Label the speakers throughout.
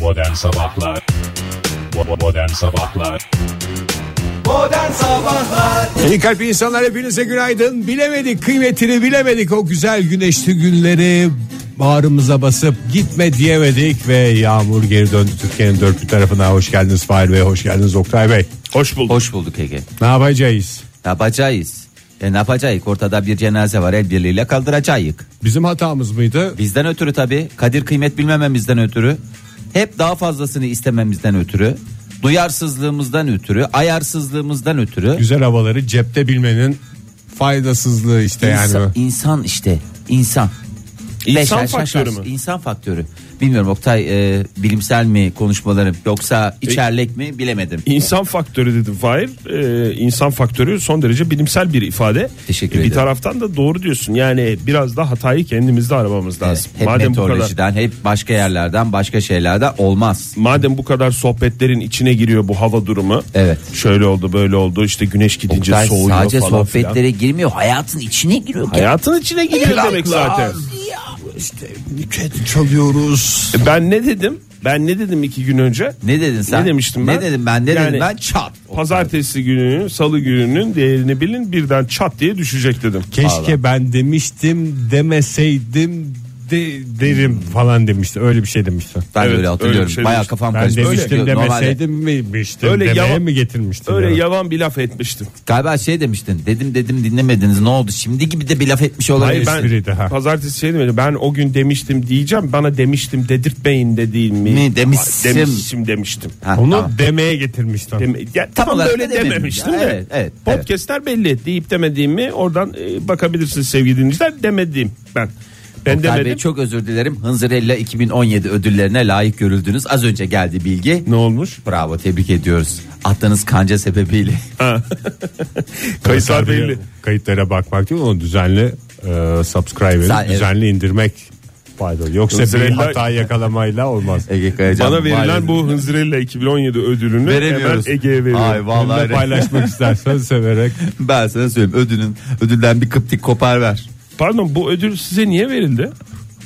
Speaker 1: Modern Sabahlar Bo- Modern Sabahlar
Speaker 2: İyi kalp insanlar hepinize günaydın. Bilemedik kıymetini bilemedik o güzel güneşli günleri bağrımıza basıp gitme diyemedik ve yağmur geri döndü Türkiye'nin dört bir tarafına. Hoş geldiniz Fahir Bey, hoş geldiniz Oktay Bey.
Speaker 1: Hoş bulduk
Speaker 3: Hoş bulduk Ege.
Speaker 2: Ne yapacağız?
Speaker 3: Ne yapacağız? E ne yapacağız? Ortada bir cenaze var el birliğiyle kaldıracağız.
Speaker 2: Bizim hatamız mıydı?
Speaker 3: Bizden ötürü tabi kadir kıymet bilmememizden ötürü hep daha fazlasını istememizden ötürü duyarsızlığımızdan ötürü ayarsızlığımızdan ötürü
Speaker 2: Güzel havaları cepte bilmenin faydasızlığı işte yani.
Speaker 3: İnsan, insan işte insan.
Speaker 1: İnsan
Speaker 3: Beşer, şaşar.
Speaker 1: faktörü mü?
Speaker 3: İnsan faktörü. Bilmiyorum Oktay e, bilimsel mi konuşmalarım yoksa içerlek mi bilemedim.
Speaker 1: İnsan faktörü dedim Fahir ee, insan faktörü son derece bilimsel bir ifade
Speaker 3: Teşekkür
Speaker 1: Ee, Bir
Speaker 3: ederim.
Speaker 1: taraftan da doğru diyorsun yani biraz da hatayı kendimizde aramamız lazım
Speaker 3: E, Hep
Speaker 1: Madem bu kadar
Speaker 3: meteorolojiden hep başka yerlerden başka şeylerden olmaz.
Speaker 1: Madem bu kadar sohbetlerin içine giriyor bu hava durumu.
Speaker 3: Evet.
Speaker 1: Şöyle oldu böyle oldu işte güneş gidince
Speaker 3: Oktay
Speaker 1: soğuyor
Speaker 3: sadece
Speaker 1: falan
Speaker 3: sohbetlere
Speaker 1: filan.
Speaker 3: girmiyor hayatın içine giriyor.
Speaker 1: Hayatın içine giriyor demek zaten.
Speaker 2: Nükhet çalıyoruz.
Speaker 1: E, Ben ne dedim? Ben ne dedim iki gün önce?
Speaker 3: Ne dedin sen?
Speaker 1: Ne demiştim ben?
Speaker 3: Ne dedim ben? Ne
Speaker 1: Yani-
Speaker 3: dedim ben? Çat.
Speaker 1: Pazartesi gününün, salı gününün değerini bilin birden çat diye düşecek dedim.
Speaker 2: Keşke ben demiştim demeseydim de, derim falan demişti. Öyle bir şey demişti.
Speaker 3: Ben
Speaker 1: Evet,
Speaker 3: öyle hatırlıyorum.
Speaker 1: öyle bir şey
Speaker 3: Bayağı
Speaker 1: demiştim.
Speaker 3: kafam
Speaker 2: Ben
Speaker 3: karıştı.
Speaker 2: demiştim
Speaker 3: Normalde-
Speaker 2: demeseydim miymiştim
Speaker 1: Öyle
Speaker 2: demeye
Speaker 1: yalan-
Speaker 2: mi getirmiştim?
Speaker 1: Öyle
Speaker 2: yani?
Speaker 1: yavan bir laf etmiştim.
Speaker 3: Galiba şey demiştin. Dedim dedim dinlemediniz. Ne oldu? Şimdi gibi de bir laf etmiş
Speaker 1: Hayır
Speaker 3: olabilirsin.
Speaker 1: ben
Speaker 2: espriydi, ha.
Speaker 1: pazartesi şey demedim. Ben o gün demiştim diyeceğim. Bana demiştim dedirtmeyin de değil mi?
Speaker 3: Mi, demiştim.
Speaker 1: Demiştim demiştim.
Speaker 3: Ha,
Speaker 2: Onu
Speaker 3: tamam.
Speaker 2: demeye getirmiştim.
Speaker 1: Deme- ya,
Speaker 3: Tam
Speaker 1: tam,
Speaker 3: olarak
Speaker 1: böyle
Speaker 3: da demedim
Speaker 1: dememiştim
Speaker 3: ya.
Speaker 1: de.
Speaker 3: Evet, evet, evet.
Speaker 1: Podcast'ler belli etti. Deyip demediğimi oradan e, bakabilirsiniz sevgili dinleyiciler. Demedim ben. Ben
Speaker 3: Oktay Bey,
Speaker 1: demedim.
Speaker 3: çok özür dilerim. Hınzırella 2017 ödüllerine layık görüldünüz. Az önce geldi bilgi.
Speaker 1: Ne olmuş?
Speaker 3: Bravo tebrik ediyoruz. Attığınız kanca sebebiyle.
Speaker 1: Kayıtlar belli.
Speaker 2: Kayıtlara bakmak değil mi? Onu düzenli e, subscribe edip
Speaker 3: Sen- evet.
Speaker 2: düzenli indirmek faydalı. Yoksa bir
Speaker 1: Hınzırella-
Speaker 2: hata yakalamayla olmaz.
Speaker 3: Ege Kayacan.
Speaker 1: Bana verilen
Speaker 3: maalesef.
Speaker 1: bu Hınzırella 2017 ödülünü
Speaker 3: Veremiyoruz.
Speaker 1: hemen Ege'ye veriyorum.
Speaker 3: Ay vallahi
Speaker 2: Bunu da paylaşmak istersen severek.
Speaker 3: ben sana söyleyeyim ödülün ödülden bir kıptik kopar ver.
Speaker 1: Pardon bu ödül size niye verildi?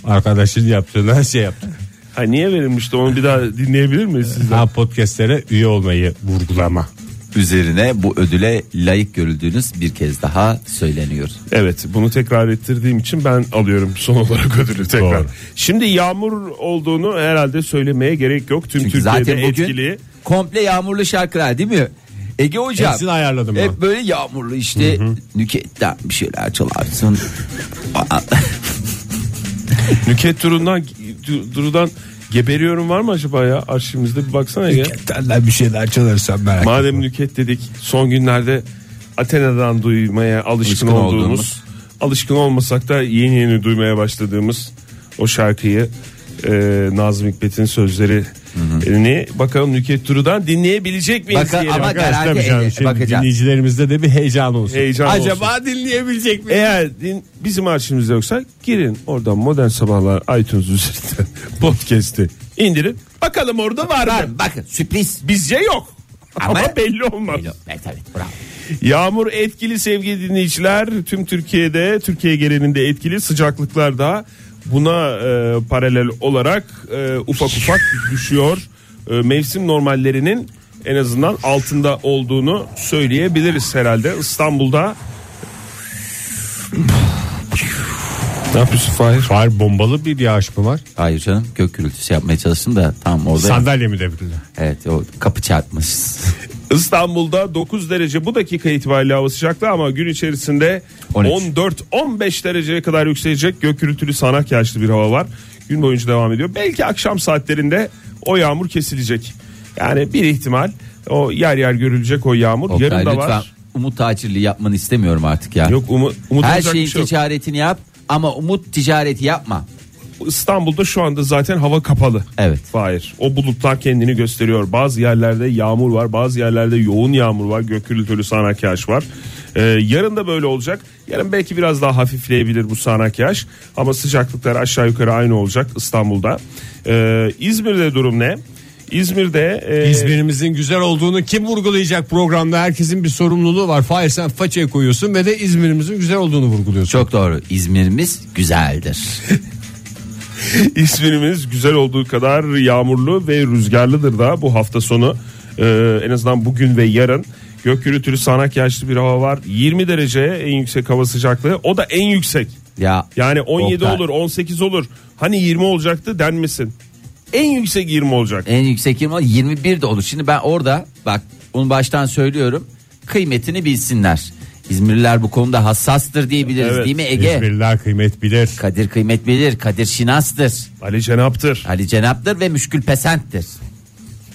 Speaker 2: Arkadaşın yaptığını her şey yaptı.
Speaker 1: Ha niye verilmişti onu bir daha dinleyebilir miyiz sizden?
Speaker 2: Ha podcastlere üye olmayı vurgulama.
Speaker 3: üzerine bu ödüle layık görüldüğünüz bir kez daha söyleniyor.
Speaker 1: Evet bunu tekrar ettirdiğim için ben alıyorum son olarak ödülü tekrar.
Speaker 2: Doğru.
Speaker 1: Şimdi yağmur olduğunu herhalde söylemeye gerek yok. Tüm
Speaker 3: Çünkü
Speaker 1: Türkiye'de
Speaker 3: zaten bugün
Speaker 1: etkili.
Speaker 3: komple yağmurlu şarkılar değil mi? Ege hocam.
Speaker 2: Hepsini ayarladım
Speaker 3: Hep
Speaker 2: ben.
Speaker 3: böyle yağmurlu işte nüketten bir şeyler çalarsın. Aa,
Speaker 1: Nüket Turun'dan Duru'dan geberiyorum var mı acaba ya? Arşivimizde bir baksana ya.
Speaker 2: Senden bir şeyler çalarsan merak
Speaker 1: Madem nüket dedik son günlerde Athena'dan duymaya alışkın,
Speaker 3: Alışkın
Speaker 1: olduğumuz,
Speaker 3: olduğumuz.
Speaker 1: alışkın olmasak da yeni yeni duymaya başladığımız o şarkıyı e, Nazım Hikmet'in sözleri ni bakalım Nüket Duru'dan dinleyebilecek miyiz
Speaker 3: Baka-
Speaker 1: diyelim.
Speaker 3: ama
Speaker 1: Baka-
Speaker 3: garanti
Speaker 2: Tabii canım,
Speaker 3: ele-
Speaker 2: şimdi
Speaker 3: bakacağız.
Speaker 2: dinleyicilerimizde şey de bir heyecan olsun.
Speaker 1: Heyecan
Speaker 2: Acaba
Speaker 1: olsun.
Speaker 2: dinleyebilecek mi?
Speaker 1: Eğer din, bizim arşivimizde yoksa girin oradan Modern Sabahlar iTunes üzerinden podcast'i indirin. Bakalım orada var mı?
Speaker 3: Bakın sürpriz.
Speaker 1: Bizce yok. Ama,
Speaker 3: Ama-
Speaker 1: belli olmaz.
Speaker 3: Evet, evet, bravo.
Speaker 1: Yağmur etkili sevgili dinleyiciler. Tüm Türkiye'de, Türkiye genelinde etkili sıcaklıklar da buna e, paralel olarak e, ufak ufak düşüyor. E, mevsim normallerinin en azından altında olduğunu söyleyebiliriz herhalde. İstanbul'da Ne yapıyorsun Fahir?
Speaker 2: Var bombalı bir yağış mı var?
Speaker 3: Hayır canım gök gürültüsü yapmaya çalıştım da tam orada.
Speaker 2: Sandalye mi devrildi?
Speaker 3: evet o kapı çarpmış.
Speaker 1: İstanbul'da 9 derece bu dakika itibariyle hava sıcaklığı ama gün içerisinde
Speaker 3: 13.
Speaker 1: 14-15 dereceye kadar yükselecek gök gürültülü sanak yağışlı bir hava var. Gün boyunca devam ediyor. Belki akşam saatlerinde o yağmur kesilecek. Yani bir ihtimal o yer yer görülecek o yağmur.
Speaker 3: Oktay,
Speaker 1: Yarın da
Speaker 3: lütfen
Speaker 1: var.
Speaker 3: umut tacirliği yapmanı istemiyorum artık ya.
Speaker 1: Yok umu, umut
Speaker 3: Her
Speaker 1: olacak bir
Speaker 3: şeyin
Speaker 1: şey yok.
Speaker 3: ticaretini yap ama umut ticareti yapma.
Speaker 1: İstanbul'da şu anda zaten hava kapalı.
Speaker 3: Evet.
Speaker 1: Hayır. O bulutlar kendini gösteriyor. Bazı yerlerde yağmur var, bazı yerlerde yoğun yağmur var, gök gürültülü sağanak yağış var. Ee, yarın da böyle olacak. Yarın belki biraz daha hafifleyebilir bu sağanak yağış ama sıcaklıklar aşağı yukarı aynı olacak İstanbul'da. Ee, İzmir'de durum ne? İzmir'de e,
Speaker 2: İzmir'imizin güzel olduğunu kim vurgulayacak programda? Herkesin bir sorumluluğu var. Fahir sen façaya koyuyorsun ve de İzmir'imizin güzel olduğunu vurguluyorsun.
Speaker 3: Çok doğru. İzmir'imiz güzeldir.
Speaker 1: İzmir'imiz güzel olduğu kadar yağmurlu ve rüzgarlıdır da bu hafta sonu. Ee, en azından bugün ve yarın. Gök gürültülü sanak yağışlı bir hava var. 20 derece en yüksek hava sıcaklığı. O da en yüksek.
Speaker 3: Ya
Speaker 1: Yani 17
Speaker 3: Oktay,
Speaker 1: olur 18 olur. Hani 20 olacaktı denmesin. En yüksek 20 olacak.
Speaker 3: En yüksek 20 21 de olur. Şimdi ben orada bak onu baştan söylüyorum. Kıymetini bilsinler. İzmirliler bu konuda hassastır diyebiliriz
Speaker 1: Evet,
Speaker 3: değil mi Ege?
Speaker 2: İzmirliler kıymet bilir.
Speaker 3: Kadir kıymet bilir, Kadir şinastır,
Speaker 1: Ali Cenap'tır.
Speaker 3: Ali Cenap'tır ve müşkül pesenttir.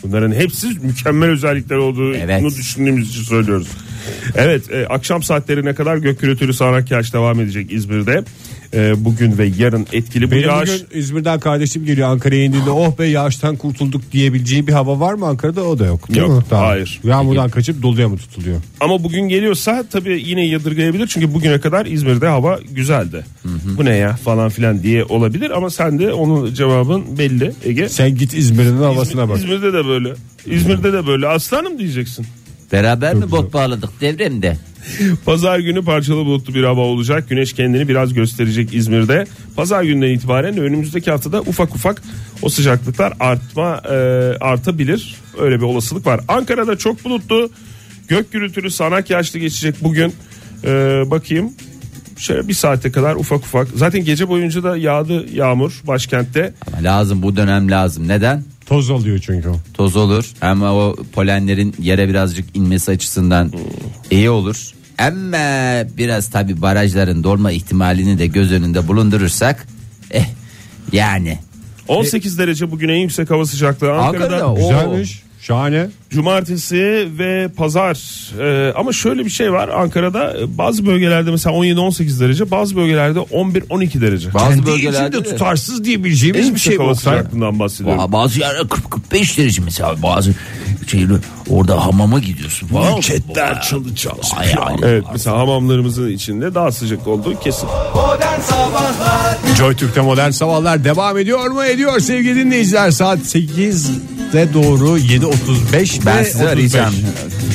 Speaker 1: Bunların hepsi mükemmel özellikler olduğunu
Speaker 3: Evet.
Speaker 1: düşündüğümüz için söylüyoruz. Evet e, akşam saatlerine kadar gök gürültülü sağanak yağış devam edecek İzmir'de. E, bugün ve yarın etkili bu
Speaker 2: Benim
Speaker 1: yağış. Ah.
Speaker 2: bugün İzmir'den kardeşim geliyor Ankara'ya indiğinde oh be yağıştan kurtulduk diyebileceği bir hava var mı Ankara'da o da yok. değil
Speaker 1: Yok,
Speaker 2: mi?
Speaker 1: hayır.
Speaker 2: Yağmurdan kaçıp doluya mı tutuluyor?
Speaker 1: Ama bugün geliyorsa tabii yine yadırgayabilir. Çünkü bugüne kadar İzmir'de hava güzeldi. Bu ne ya falan filan diye olabilir. Ama sen de onun cevabın belli Ege.
Speaker 2: Sen git İzmir'in havasına bak.
Speaker 1: İzmir'de de böyle. İzmir'de de böyle. Aslanım diyeceksin.
Speaker 3: Beraber mi bot bağladık devremde?
Speaker 1: Pazar günü parçalı bulutlu bir hava olacak. Güneş kendini biraz gösterecek İzmir'de. Pazar günden itibaren önümüzdeki haftada ufak ufak o sıcaklıklar artma e, artabilir. Öyle bir olasılık var. Ankara'da çok bulutlu. Gök gürültülü sanak yağışlı geçecek bugün. E, bakayım. Şöyle bir saate kadar ufak ufak. Zaten gece boyunca da yağdı yağmur başkentte.
Speaker 3: Ama lazım bu dönem lazım. Neden?
Speaker 2: Toz alıyor çünkü. o.
Speaker 3: Toz olur ama o polenlerin yere birazcık inmesi açısından iyi olur. Ama biraz tabi barajların dolma ihtimalini de göz önünde bulundurursak eh yani
Speaker 1: 18 derece bugün en yüksek hava sıcaklığı Ankara'da.
Speaker 3: Ankara'da o-
Speaker 2: Güzelmiş. Şahane.
Speaker 1: Cumartesi ve pazar Ee, ama şöyle bir şey var Ankara'da bazı bölgelerde mesela 17-18 derece bazı bölgelerde 11-12 derece.
Speaker 3: Bazı
Speaker 2: Kendi
Speaker 3: bölgelerde
Speaker 2: içinde
Speaker 3: de-
Speaker 2: tutarsız diyebileceğimiz
Speaker 1: Hiçbir
Speaker 2: bir şey
Speaker 1: şey
Speaker 2: mi
Speaker 1: hava
Speaker 2: Oktay?
Speaker 1: sıcaklığından bahsediyorum.
Speaker 4: Aa, bazı yerler 40 45 derece mesela bazı şeyli orada hamama gidiyorsun falan.
Speaker 2: Ketler çalacağız.
Speaker 4: Ay, ay.
Speaker 1: Evet mesela hamamlarımızın içinde daha sıcak olduğu kesin.
Speaker 2: Joy Türk'te modern sabahlar devam ediyor mu? Ediyor sevgili dinleyiciler. Saat 8'de doğru 7.35
Speaker 3: ben
Speaker 2: ve
Speaker 3: sizi
Speaker 2: 35.
Speaker 3: arayacağım.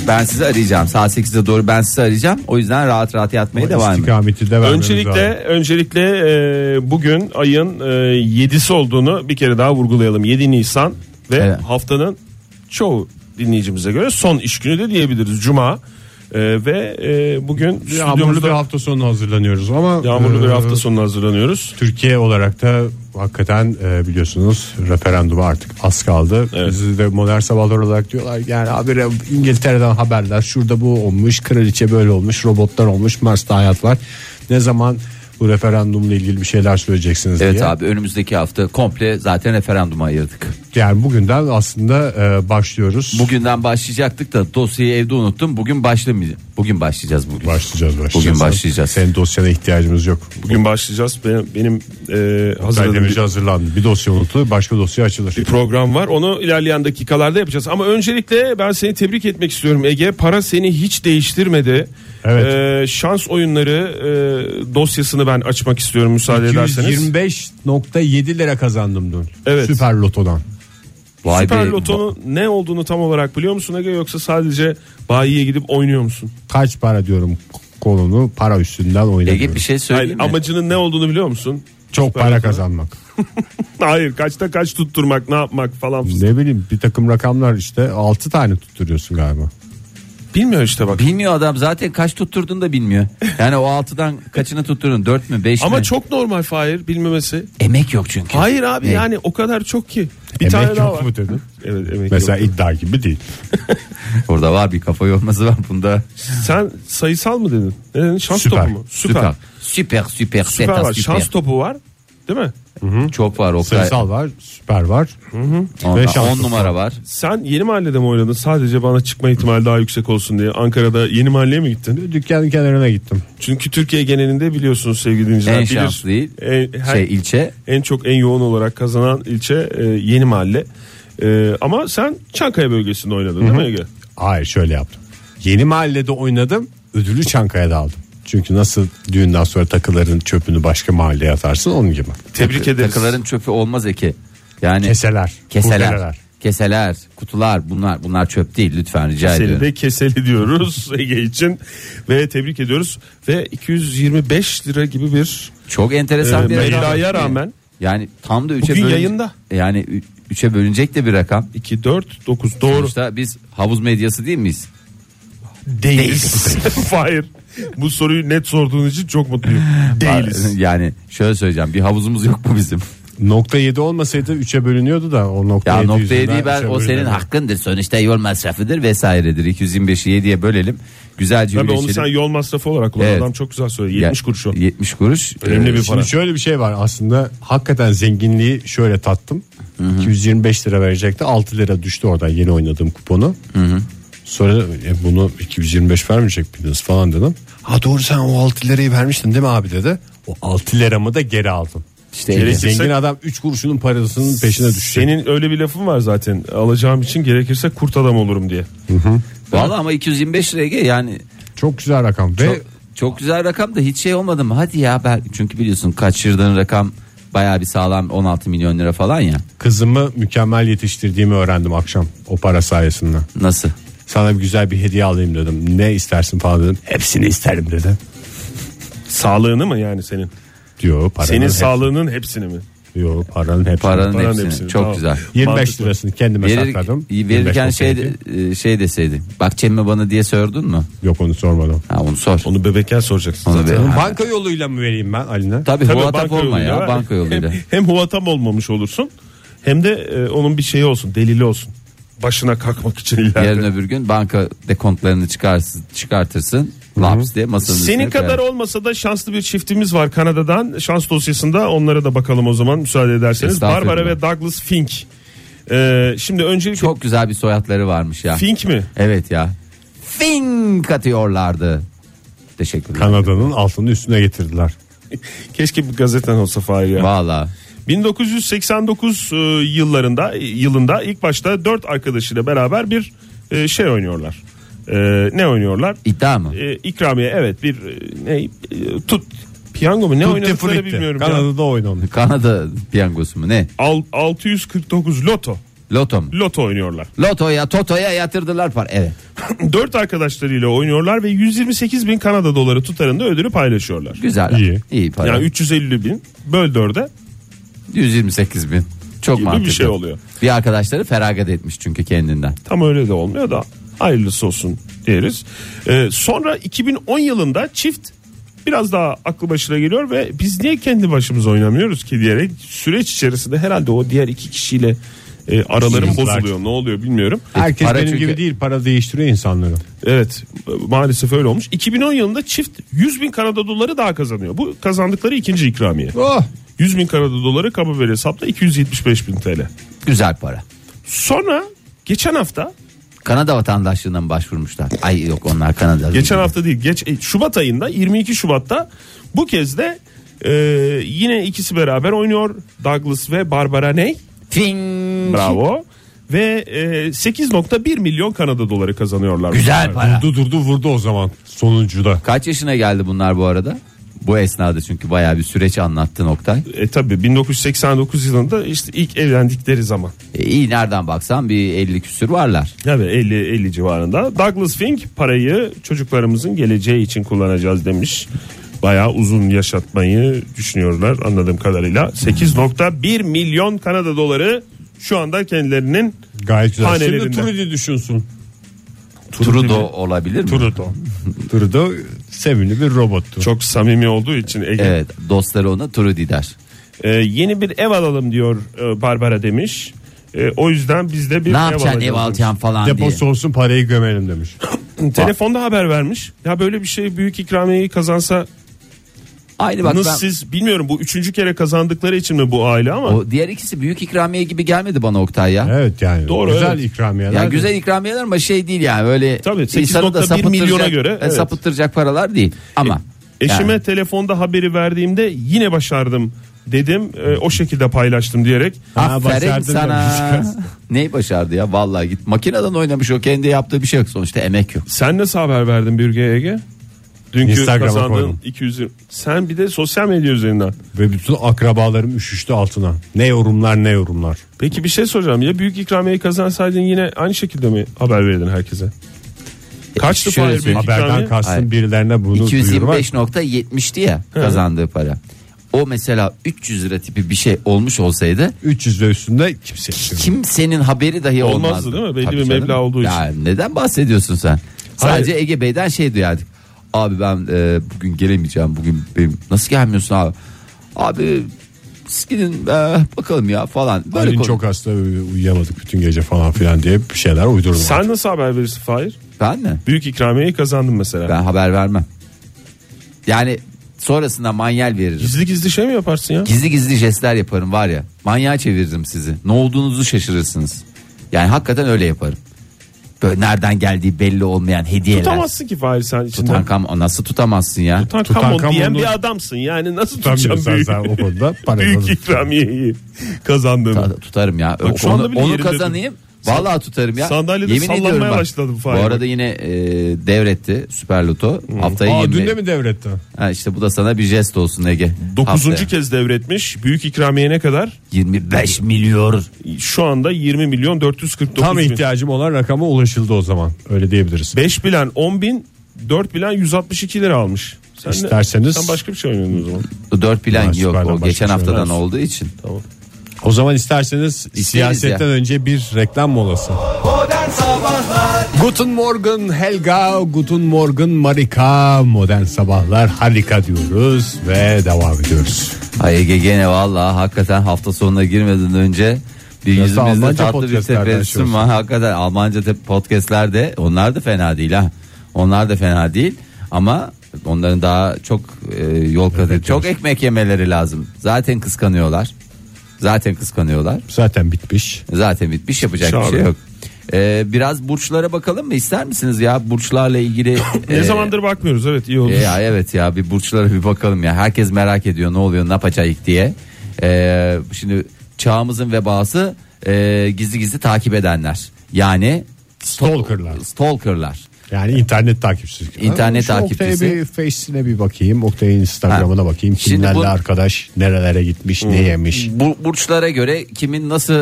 Speaker 3: Ben sizi arayacağım. Saat 8'e doğru ben sizi arayacağım. O yüzden rahat rahat yatmaya devam edin.
Speaker 2: İstikameti de vermemiz
Speaker 1: Öncelikle
Speaker 2: lazım.
Speaker 1: öncelikle e, bugün ayın e, 7'si olduğunu bir kere daha vurgulayalım. 7 Nisan ve
Speaker 3: Evet.
Speaker 1: haftanın çoğu dinleyicimize göre son iş günü de diyebiliriz. Cuma E, ve e, bugün
Speaker 2: Yağmurlu bir
Speaker 1: stüdyomuzda
Speaker 2: hafta sonu hazırlanıyoruz ama
Speaker 1: yağmurlu bir
Speaker 2: e,
Speaker 1: hafta sonuna hazırlanıyoruz.
Speaker 2: Türkiye olarak da hakikaten e, biliyorsunuz referanduma artık az kaldı.
Speaker 1: Evet.
Speaker 2: Bizi de modern sabahlar olarak diyorlar ki, yani habire İngiltere'den haberler şurada bu olmuş kraliçe böyle olmuş robotlar olmuş Mars'ta hayat var. Ne zaman bu referandumla ilgili bir şeyler söyleyeceksiniz
Speaker 3: Evet
Speaker 2: diye.
Speaker 3: abi önümüzdeki hafta komple zaten referanduma ayırdık.
Speaker 2: Yani bugünden aslında e, başlıyoruz.
Speaker 3: Bugünden başlayacaktık da dosyayı evde unuttum. Bugün başlamayacağım. Bugün başlayacağız bugün.
Speaker 2: başlayacağız başlayacağız.
Speaker 3: Bugün başlayacağız.
Speaker 2: Senin dosyana ihtiyacımız yok.
Speaker 1: Bugün başlayacağız. Benim, benim e, hazırladığım
Speaker 2: Hazırlandı.
Speaker 1: bir,
Speaker 2: hazırlandı. Bir dosya unutulur başka dosya açılır.
Speaker 1: bir program var. Onu ilerleyen dakikalarda yapacağız. Ama öncelikle ben seni tebrik etmek istiyorum Ege. Para seni hiç değiştirmedi.
Speaker 2: Evet.
Speaker 1: E, şans oyunları e, dosyasını ben açmak istiyorum müsaade ederseniz.
Speaker 2: 125.7 lira kazandım dün.
Speaker 1: Evet.
Speaker 2: Süper lotodan.
Speaker 3: Vay
Speaker 1: Süper
Speaker 3: be.
Speaker 1: Loto'nun ne olduğunu tam olarak biliyor musun Ege yoksa sadece bayiye gidip oynuyor musun?
Speaker 2: Kaç para diyorum kolunu para üstünden
Speaker 3: Ege
Speaker 2: oynadım.
Speaker 3: bir şey
Speaker 1: Yani
Speaker 3: söyleyeyim mi?
Speaker 1: amacının ne olduğunu biliyor musun?
Speaker 2: Çok para kazanmak.
Speaker 1: Hayır kaçta kaç tutturmak ne yapmak falan. filan.
Speaker 2: Ne bileyim bir takım rakamlar işte 6 tane tutturuyorsun galiba.
Speaker 1: Bilmiyor işte bak.
Speaker 3: Bilmiyor adam zaten kaç tutturduğunu da bilmiyor. Yani o altıdan kaçını tutturdun? Dört mü beş
Speaker 1: Ama
Speaker 3: mi?
Speaker 1: çok normal Fahir bilmemesi.
Speaker 3: Emek yok çünkü.
Speaker 1: Hayır abi
Speaker 3: Ne?
Speaker 1: yani o kadar çok ki. Bir
Speaker 2: Emek
Speaker 1: tane daha
Speaker 2: yok
Speaker 1: var.
Speaker 2: mu dedim?
Speaker 1: Evet emek
Speaker 2: Mesela
Speaker 1: yok.
Speaker 2: iddia gibi değil.
Speaker 3: Orada var bir kafa yorması var bunda.
Speaker 1: Sen sayısal mı dedin? Ne dedin? Şans
Speaker 2: Süper.
Speaker 1: topu mu? Süper.
Speaker 3: Süper
Speaker 1: Süper,
Speaker 3: süper. seta,
Speaker 1: var. Şans topu var. Değil mi?
Speaker 3: Çok var o
Speaker 2: Sayısal var, süper var.
Speaker 3: On,
Speaker 2: Ve şans
Speaker 3: on
Speaker 2: topu
Speaker 3: numara var.
Speaker 1: Sen yeni mahallede mi oynadın? Sadece bana çıkma ihtimali daha yüksek olsun diye. Ankara'da yeni mahalleye mi gittin?
Speaker 2: Dükkanın kenarına gittim.
Speaker 1: Çünkü Türkiye genelinde biliyorsunuz sevgili dinleyiciler.
Speaker 3: En
Speaker 1: bilir-
Speaker 3: şanslı değil.
Speaker 1: En, her-
Speaker 3: Şey ilçe.
Speaker 1: en çok en yoğun olarak kazanan ilçe e, yeni mahalle. E, ama sen Çankaya bölgesinde oynadın değil mi Ege?
Speaker 2: Hayır şöyle yaptım. Yeni mahallede oynadım. Ödülü Çankaya'da aldım. Çünkü nasıl düğünden sonra takıların çöpünü başka mahalleye atarsın onun gibi.
Speaker 1: Tebrik ederiz.
Speaker 3: Takıların çöpü olmaz eki. Yani
Speaker 2: Keseler.
Speaker 3: keseler.
Speaker 2: kurdeleler.
Speaker 3: Keseler, kutular bunlar bunlar çöp değil lütfen rica
Speaker 1: Seni
Speaker 3: ediyorum.
Speaker 1: de keseli diyoruz Ege için ve tebrik ediyoruz ve 225 lira gibi bir
Speaker 3: Çok enteresan
Speaker 1: e,
Speaker 3: bir rakam.
Speaker 1: meblağ'a rağmen
Speaker 3: Yani tam da 3'e
Speaker 1: Bugün yayında.
Speaker 3: Yani 3'e bölünecek de bir rakam.
Speaker 1: 2, 4, 9 doğru.
Speaker 3: Sonuçta biz havuz medyası değil miyiz?
Speaker 1: Değiliz. Hayır. Bu soruyu net sorduğun için çok mutluyum. Değiliz.
Speaker 3: Yani şöyle söyleyeceğim bir havuzumuz yok mu bizim?
Speaker 2: Nokta 7 olmasaydı 3'e bölünüyordu da o nokta
Speaker 3: Ya
Speaker 2: 7
Speaker 3: nokta
Speaker 2: yüzünden
Speaker 3: yediği ben
Speaker 1: şey
Speaker 2: üçe
Speaker 3: o senin
Speaker 2: bölünemedi.
Speaker 3: hakkındır sonuçta yol masrafıdır vesairedir 225'i 7'ye bölelim. Güzel
Speaker 1: Tabii onu sen
Speaker 3: cümleşelim.
Speaker 1: yol masrafı olarak kullan.
Speaker 3: Evet.
Speaker 1: Adam çok güzel söylüyor. 70 kuruş o.
Speaker 3: 70 kuruş.
Speaker 1: Önemli bir para.
Speaker 2: Şimdi şöyle bir şey var aslında hakikaten zenginliği şöyle tattım. 225 lira verecekti 6 lira düştü oradan yeni oynadığım kuponu. Sonra e, bunu 225 vermeyecek miydiniz falan dedim. Ha doğru sen o 6 lirayı vermiştin değil mi abi dedi. O 6 liramı da geri aldım.
Speaker 3: İşte
Speaker 2: Yani
Speaker 1: Gerekirse-
Speaker 2: zengin adam 3 kuruşunun parasının peşine düşecek.
Speaker 1: Senin öyle bir lafın var zaten. Alacağım için gerekirse kurt adam olurum diye.
Speaker 3: Valla ama 225 liraya yani
Speaker 2: Çok güzel rakam ve
Speaker 3: çok, çok güzel rakam da hiç şey olmadı mı? Hadi ya ben çünkü biliyorsun kaçırdığın rakam bayağı bir sağlam 16 milyon lira falan ya.
Speaker 2: kızımı mükemmel yetiştirdiğimi öğrendim akşam o para sayesinde.
Speaker 3: Nasıl?
Speaker 2: Sana bir güzel bir hediye alayım dedim. Ne istersin falan dedim. Hepsini isterim dedi.
Speaker 1: Sağlığını mı yani senin?
Speaker 2: Diyor paranın
Speaker 1: Senin
Speaker 2: hepsi-
Speaker 1: sağlığının hepsini mi?
Speaker 2: Yo, paranın hepsini.
Speaker 3: Paranın,
Speaker 1: Paranın
Speaker 3: hepsini.
Speaker 1: hepsini,
Speaker 3: Çok
Speaker 1: tamam.
Speaker 3: güzel.
Speaker 2: 25
Speaker 1: Mantıklı.
Speaker 2: lirasını kendime
Speaker 3: Verir,
Speaker 2: sakladım. 25
Speaker 3: verirken
Speaker 2: lira
Speaker 3: şey,
Speaker 2: dedi.
Speaker 3: de- e, şey deseydin. Bak Cem'e bana diye sordun mu?
Speaker 2: Yok onu sormadım.
Speaker 3: Ha onu sor.
Speaker 1: Onu bebekken soracaksın
Speaker 3: Onu
Speaker 1: zaten.
Speaker 3: ver. Ha.
Speaker 2: Banka yoluyla mı vereyim ben Ali'ne?
Speaker 3: Tabii,
Speaker 1: Tabii
Speaker 3: Huatap
Speaker 1: banka
Speaker 3: olma
Speaker 1: yoluyla
Speaker 3: ya
Speaker 1: ver.
Speaker 3: banka yoluyla.
Speaker 1: Hem, hem huvatam olmamış olursun hem de e, onun bir şeyi olsun delili olsun. Başına kalkmak için ileride.
Speaker 3: Yarın öbür gün banka dekontlarını çıkarsın, çıkartırsın. Laps diye masanın
Speaker 1: Senin
Speaker 3: üstüne
Speaker 1: kadar
Speaker 3: koyar.
Speaker 1: olmasa da şanslı bir çiftimiz var Kanada'dan. Şans dosyasında onlara da bakalım o zaman müsaade ederseniz.
Speaker 3: Estağfurullah.
Speaker 1: Barbara ve Douglas Fink. Ee, şimdi öncelikle
Speaker 3: Çok güzel bir soyadları varmış ya.
Speaker 1: Fink mi?
Speaker 3: Evet ya. Fink atıyorlardı. Teşekkürler.
Speaker 2: Kanada'nın altını üstüne getirdiler.
Speaker 1: Keşke bir gazeten olsa Fahir ya.
Speaker 3: Valla.
Speaker 1: 1989 e, yıllarında yılında ilk başta dört arkadaşıyla beraber bir e, şey oynuyorlar. E, ne oynuyorlar?
Speaker 3: İddia mı?
Speaker 1: E, ikramiye evet bir e, ne e, tut piyango mu ne
Speaker 2: Tutti
Speaker 1: oynadıklarını
Speaker 2: frutti.
Speaker 1: bilmiyorum. ya.
Speaker 2: Kanada'da oynandı.
Speaker 3: Kanada piyangosu mu ne?
Speaker 1: Al- 649 loto
Speaker 3: Loto mu?
Speaker 1: loto oynuyorlar.
Speaker 3: Lotoya, totoya yatırdılar par. Evet.
Speaker 1: Dört arkadaşlarıyla oynuyorlar ve 128 bin Kanada doları tutarında ödülü paylaşıyorlar.
Speaker 3: Güzel.
Speaker 2: İyi.
Speaker 3: İyi para.
Speaker 1: Yani 350 bin böl 4'e
Speaker 3: 128 bin. Çok
Speaker 1: gibi
Speaker 3: mantıklı.
Speaker 1: bir şey oluyor.
Speaker 3: Bir arkadaşları feragat etmiş çünkü kendinden.
Speaker 1: Tam öyle de olmuyor da hayırlısı olsun deriz. Ee, sonra 2010 yılında çift biraz daha aklı başına geliyor ve biz niye kendi başımıza oynamıyoruz ki diyerek süreç içerisinde herhalde o diğer iki kişiyle e, aralarım
Speaker 2: Kişiler.
Speaker 1: bozuluyor ne oluyor bilmiyorum.
Speaker 2: Herkes
Speaker 3: para
Speaker 2: benim
Speaker 3: çünkü-
Speaker 2: gibi değil para değiştiriyor insanları.
Speaker 1: Evet maalesef öyle olmuş. 2010 yılında çift 100 bin Kanada doları daha kazanıyor. Bu kazandıkları ikinci ikramiye.
Speaker 2: Oh.
Speaker 1: 100 bin Kanada doları kaba bir hesapla 275 bin TL.
Speaker 3: Güzel para.
Speaker 1: Sonra geçen hafta
Speaker 3: Kanada vatandaşlığına mı başvurmuşlar? Ay yok onlar Kanada.
Speaker 1: Geçen hafta değil geç e, Şubat ayında 22 Şubat'ta bu kez de e, yine ikisi beraber oynuyor. Douglas ve Barbara Ney.
Speaker 3: Fink.
Speaker 1: Bravo. Ve e, 8.1 milyon Kanada doları kazanıyorlar.
Speaker 3: Güzel para.
Speaker 2: Durdu durdu vurdu o zaman sonuncuda.
Speaker 3: Kaç yaşına geldi bunlar bu arada? Bu esnada çünkü bayağı bir süreç anlattı Oktay.
Speaker 1: E tabi 1989 yılında işte ilk evlendikleri zaman.
Speaker 3: E, iyi nereden baksan bir 50 küsür varlar.
Speaker 1: Yani 50 50 civarında. Douglas Fink parayı çocuklarımızın geleceği için kullanacağız demiş. Bayağı uzun yaşatmayı düşünüyorlar anladığım kadarıyla. 8.1 milyon Kanada doları şu anda kendilerinin
Speaker 2: Gayet güzel.
Speaker 1: Hanelerinde.
Speaker 2: Şimdi Trudy düşünsün.
Speaker 3: Trudeau olabilir mi?
Speaker 2: Trudeau. Trudeau sevimli bir robottu.
Speaker 1: çok samimi olduğu için Ege.
Speaker 3: Evet dostları ona Trudy der.
Speaker 1: Ee, yeni bir ev alalım diyor e, Barbara demiş. Ee, o yüzden biz de bir
Speaker 3: Ne
Speaker 1: ev
Speaker 3: yapacaksın ev
Speaker 1: alacağız
Speaker 3: alacaksın falan diye.
Speaker 2: Deposu olsun parayı gömelim demiş.
Speaker 1: demiş. Telefonda haber vermiş. Ya böyle bir şey büyük ikramiyeyi kazansa
Speaker 3: Aynı bak ben-
Speaker 1: nasıl siz bilmiyorum bu üçüncü kere kazandıkları için mi bu aile ama
Speaker 3: o diğer ikisi büyük ikramiye gibi gelmedi bana Oktay ya.
Speaker 2: Evet yani.
Speaker 1: Doğru,
Speaker 2: Güzel
Speaker 1: evet.
Speaker 2: ikramiyeler.
Speaker 3: Ya güzel ikramiyeler ama şey değil yani öyle
Speaker 1: Tabii,
Speaker 3: insanı da
Speaker 1: 8.1
Speaker 3: sapıtıracak,
Speaker 1: milyona göre,
Speaker 3: e,
Speaker 1: evet. E,
Speaker 3: sapıtıracak paralar değil ama
Speaker 1: Eşime
Speaker 3: yani
Speaker 1: telefonda haberi verdiğimde yine başardım dedim. Ee, o şekilde paylaştım diyerek.
Speaker 2: Ha,
Speaker 3: aferin
Speaker 2: başardın
Speaker 3: sana.
Speaker 2: demiş.
Speaker 3: Neyi başardı ya vallahi git makineden oynamış o kendi yaptığı bir şey yok sonuçta emek yok.
Speaker 1: Sen nasıl haber verdin Bürge Ege? Dünkü
Speaker 2: Instagram'a
Speaker 1: kazandığın
Speaker 2: koydum.
Speaker 1: 220. Sen bir de sosyal medya üzerinden.
Speaker 2: Ve bütün akrabalarım üşüştü altına. Ne yorumlar ne yorumlar.
Speaker 1: Peki bir şey soracağım. Ya büyük ikramiyeyi kazansaydın yine aynı şekilde mi haber verdin herkese? E, Kaçtı
Speaker 3: şöyle
Speaker 1: Fahir büyük
Speaker 3: söyleyeyim.
Speaker 1: ikramiye?
Speaker 2: Haberden kastım
Speaker 3: Hayır.
Speaker 2: birilerine bunu duyurmak.
Speaker 3: 225.70'ti ya kazandığı para. O mesela 300 lira tipi bir şey olmuş olsaydı
Speaker 2: 300 ve üstünde kimse.
Speaker 3: kimsenin haberi dahi
Speaker 1: Olmazdı
Speaker 3: olmazdı.
Speaker 1: değil mi? Belli bir
Speaker 3: canım.
Speaker 1: meblağ olduğu için.
Speaker 3: Ya neden bahsediyorsun sen?
Speaker 1: Hayır.
Speaker 3: Sadece Ege Bey'den şey duyardık. Abi ben e, bugün gelemeyeceğim. Bugün benim nasıl gelmiyorsun abi? Abi siz gidin e, bakalım ya falan. Böyle
Speaker 2: Halin
Speaker 3: konu-
Speaker 2: çok hasta uyuyamadık bütün gece falan filan diye bir şeyler uydurdum.
Speaker 1: Sen nasıl haber verirsin Fahir?
Speaker 3: Ben mi?
Speaker 1: Büyük ikramiyeyi kazandım mesela.
Speaker 3: Ben haber vermem. Yani sonrasında manyel veririm.
Speaker 1: Gizli gizli şey mi yaparsın ya?
Speaker 3: Gizli gizli jestler yaparım var ya. Manyağa çeviririm sizi. Ne olduğunuzu şaşırırsınız. Yani hakikaten öyle yaparım. Böyle nereden geldiği belli olmayan hediyeler.
Speaker 1: Tutamazsın ki Fahir sen içinden.
Speaker 3: Tutankam nasıl tutamazsın ya?
Speaker 1: Tutankamon
Speaker 2: Tutankamon'u-
Speaker 1: diyen bir adamsın. Yani nasıl
Speaker 2: Tutamıyorsun
Speaker 1: tutacaksın
Speaker 2: sen,
Speaker 1: büyük,
Speaker 2: sen o konuda
Speaker 1: büyük
Speaker 2: paranı.
Speaker 1: ikramiyeyi kazandığını?
Speaker 3: Ta- tutarım ya.
Speaker 1: Bak şu
Speaker 3: onu
Speaker 1: anda bile
Speaker 3: onu
Speaker 1: yerinde
Speaker 3: kazanayım. Vallahi tutarım ya.
Speaker 1: Sandalyede sallanmaya başladım
Speaker 3: Bu
Speaker 1: Fahir.
Speaker 3: arada yine e, devretti Süper Loto. Haftayı
Speaker 2: Aa,
Speaker 3: yirmi-
Speaker 2: dün de mi devretti?
Speaker 3: Ha, işte bu da sana bir jest olsun Ege.
Speaker 1: Dokuzuncu
Speaker 3: Haftaya.
Speaker 1: kez devretmiş. Büyük ikramiye ne kadar?
Speaker 3: 25 milyon.
Speaker 1: Şu anda 20 milyon 449
Speaker 2: Tam
Speaker 1: bin.
Speaker 2: ihtiyacım olan rakama ulaşıldı o zaman. Öyle diyebiliriz.
Speaker 1: 5 bilen 10 bin 4 bilen 162 lira almış. Sen de-
Speaker 2: İsterseniz-
Speaker 1: sen başka bir şey oynadın o zaman.
Speaker 3: 4 plan
Speaker 2: Ha,
Speaker 3: yok.
Speaker 2: Süper'den
Speaker 3: O
Speaker 2: başka
Speaker 3: geçen
Speaker 2: şey
Speaker 3: haftadan
Speaker 2: olmaz.
Speaker 3: olduğu için.
Speaker 2: O zaman isterseniz siyasetten
Speaker 3: ya.
Speaker 2: önce bir reklam molası. Guten Morgen Helga, Guten Morgen Marika, modern sabahlar harika diyoruz ve devam ediyoruz.
Speaker 3: Ay Ege gene vallahi hakikaten hafta sonuna girmeden önce bir
Speaker 2: Nasıl
Speaker 3: yüzümüzde
Speaker 2: Almanca
Speaker 3: tatlı bir
Speaker 2: podcastlerden
Speaker 3: tebessüm
Speaker 2: açıyorsun?
Speaker 3: var. Hakikaten Almanca te- podcastler de onlar da fena değil ha. Onlar da fena değil ama onların daha çok e, yol kat edip çok ekmek yemeleri lazım. Zaten kıskanıyorlar. Zaten kıskanıyorlar.
Speaker 2: Zaten bitmiş.
Speaker 3: Zaten bitmiş yapacak
Speaker 1: Şu
Speaker 3: bir şey
Speaker 1: abi.
Speaker 3: yok. E, biraz burçlara bakalım mı ister misiniz ya burçlarla ilgili
Speaker 1: Ne
Speaker 3: e,
Speaker 1: zamandır bakmıyoruz evet iyi oldu.
Speaker 3: e, ya evet ya bir burçlara bir bakalım ya. Herkes merak ediyor ne oluyor ne yapacağız diye. Ee, şimdi çağımızın vebası e, gizli gizli takip edenler. Yani
Speaker 2: Stalkerlar.
Speaker 3: stalkerlar.
Speaker 2: Yani internet takipçisi.
Speaker 3: İnternet
Speaker 2: Şu Oktay'a
Speaker 3: takipçisi.
Speaker 2: bir Face'ine bir bakayım. Oktay'ın Instagram'ına
Speaker 3: Ha.
Speaker 2: bakayım.
Speaker 3: Şimdi
Speaker 2: Kimlerle
Speaker 3: bu- Hmm.
Speaker 2: arkadaş, nerelere gitmiş, ne yemiş.
Speaker 3: Bu burçlara göre kimin nasıl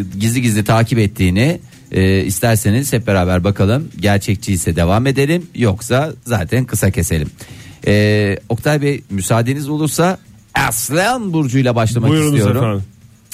Speaker 3: e, gizli gizli takip ettiğini e, isterseniz hep beraber bakalım. Gerçekçi ise devam edelim yoksa zaten kısa keselim. E, Oktay Bey müsaadeniz olursa Aslan burcuyla başlamak
Speaker 1: Buyurunuz
Speaker 3: istiyorum.
Speaker 1: efendim.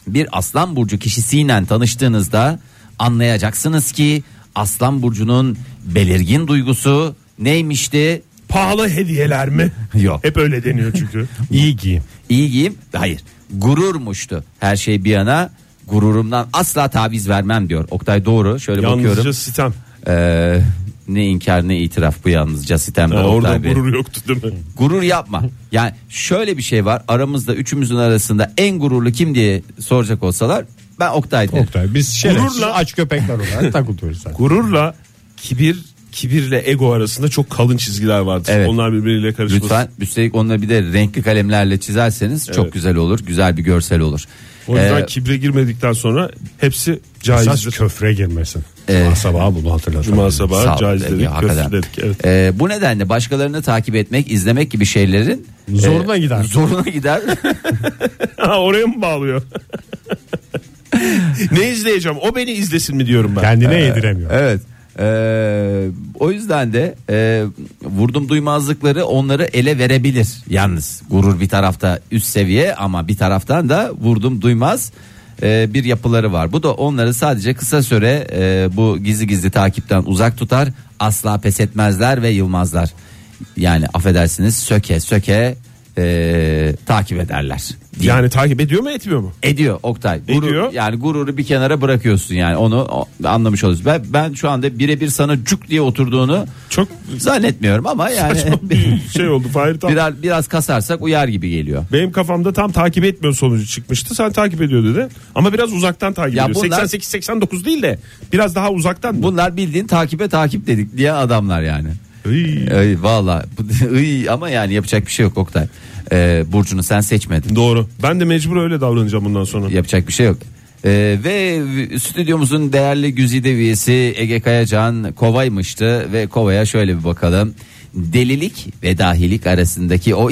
Speaker 3: Bir aslan burcu kişisiyle tanıştığınızda anlayacaksınız ki aslan burcunun belirgin duygusu neymişti?
Speaker 1: Pahalı hediyeler mi?
Speaker 3: Yok.
Speaker 1: Hep öyle deniyor çünkü.
Speaker 2: İyi giyim.
Speaker 3: İyi giyim? Hayır. Gururmuştu. Her şey bir yana gururumdan asla taviz vermem diyor. Oktay doğru. Şöyle
Speaker 1: Yalnızca
Speaker 3: bakıyorum.
Speaker 1: sitem.
Speaker 3: Ee, ne inkar ne itiraf bu yalnızca sitem.
Speaker 1: Ha, orada
Speaker 3: Oktay Bey.
Speaker 1: gurur yoktu değil mi?
Speaker 3: Gurur yapma. Yani şöyle bir şey var. Aramızda üçümüzün arasında en gururlu kim diye soracak olsalar ben Oktay derim.
Speaker 2: Oktay biz şerefsiz
Speaker 1: Gururla-
Speaker 2: aç köpekler olarak takılıyoruz zaten.
Speaker 1: Gururla kibir kibirle ego arasında çok kalın çizgiler vardır.
Speaker 3: Evet.
Speaker 1: Onlar birbiriyle karışmasın.
Speaker 3: Lütfen üstelik onunla bir de renkli kalemlerle çizerseniz çok güzel olur. Güzel bir görsel olur.
Speaker 1: O yüzden
Speaker 3: Ee,
Speaker 1: kibre girmedikten sonra hepsi
Speaker 2: Esas
Speaker 1: caizdir.
Speaker 2: köfre girmesin.
Speaker 3: Ee,
Speaker 2: Cuma sabahı bunu hatırlatalım.
Speaker 1: Cuma sabahı
Speaker 3: sağ ol,
Speaker 1: caiz
Speaker 3: Ege,
Speaker 1: dedik,
Speaker 3: hakikaten.
Speaker 1: köfte dedik, evet.
Speaker 3: Ee, bu nedenle başkalarını takip etmek, izlemek gibi şeylerin e,
Speaker 2: Zoruna gider.
Speaker 3: Zoruna gider.
Speaker 1: Ha, Oraya mı bağlıyor? ne izleyeceğim? O beni izlesin mi diyorum ben.
Speaker 2: Kendine yediremiyor.
Speaker 3: evet. Ee, o yüzden de e, vurdum duymazlıkları onları ele verebilir. Yalnız gurur bir tarafta üst seviye ama bir taraftan da vurdum duymaz e, bir yapıları var. Bu da onları sadece kısa süre e, bu gizli gizli takipten uzak tutar. Asla pes etmezler ve yılmazlar. Yani affedersiniz söke söke e, takip ederler. diye.
Speaker 1: Yani takip ediyor mu etmiyor mu?
Speaker 3: Ediyor Oktay. Gurur,
Speaker 1: Ediyor.
Speaker 3: Yani gururu bir kenara bırakıyorsun yani onu o- anlamış oluruz. Ben, ben şu anda birebir sana cuk diye oturduğunu
Speaker 1: Çok
Speaker 3: zannetmiyorum ama yani
Speaker 1: saçma bir şey oldu. Fahir tam.
Speaker 3: biraz, biraz kasarsak uyar gibi geliyor.
Speaker 1: Benim kafamda tam takip etmiyor sonucu çıkmıştı. Sen takip ediyor dedi. Ama biraz uzaktan takip
Speaker 3: Ya
Speaker 1: ediyor.
Speaker 3: bunlar-
Speaker 1: 88-89 değil de biraz daha uzaktan.
Speaker 3: Bunlar bildiğin takibe takip dedik diye adamlar yani.
Speaker 1: Hıy.
Speaker 3: Ay, Valla bu- ıy, ama yani yapacak bir şey yok Oktay. Ee, Burcu'nu sen seçmedin.
Speaker 1: Doğru. Ben de mecbur öyle davranacağım bundan sonra.
Speaker 3: Yapacak bir şey yok. Ee, ve stüdyomuzun değerli güzide üyesi Ege Kayacan kovaymıştı ve kovaya şöyle bir bakalım. Delilik ve dahilik arasındaki o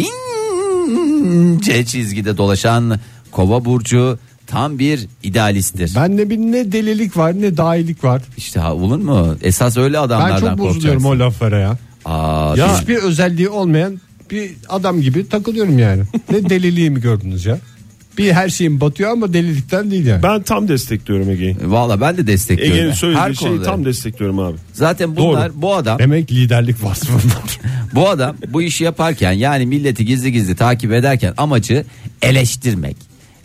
Speaker 3: ince çizgide dolaşan kova burcu tam bir idealisttir.
Speaker 2: Ben de bir ne delilik var ne dahilik var.
Speaker 3: İşte ha olur mu? Esas öyle
Speaker 2: Ben
Speaker 3: adamlardan
Speaker 2: çok bozuluyorum
Speaker 3: korkacaksın.
Speaker 2: o laflara ya.
Speaker 3: Aa,
Speaker 2: Hiçbir özelliği olmayan bir adam gibi takılıyorum yani. ne deliliğimi gördünüz ya. Bir her şeyim batıyor ama delilikten değil yani.
Speaker 1: Ben tam destekliyorum Ege'yi.
Speaker 3: Valla ben de destekliyorum.
Speaker 1: Ege'nin
Speaker 3: Her
Speaker 1: söylediği şeyi
Speaker 3: konuda.
Speaker 1: tam destekliyorum abi.
Speaker 3: Zaten bunlar bu adam
Speaker 2: Demek liderlik vasfımdır.
Speaker 3: bu adam bu işi yaparken yani milleti gizli gizli takip ederken amacı eleştirmek.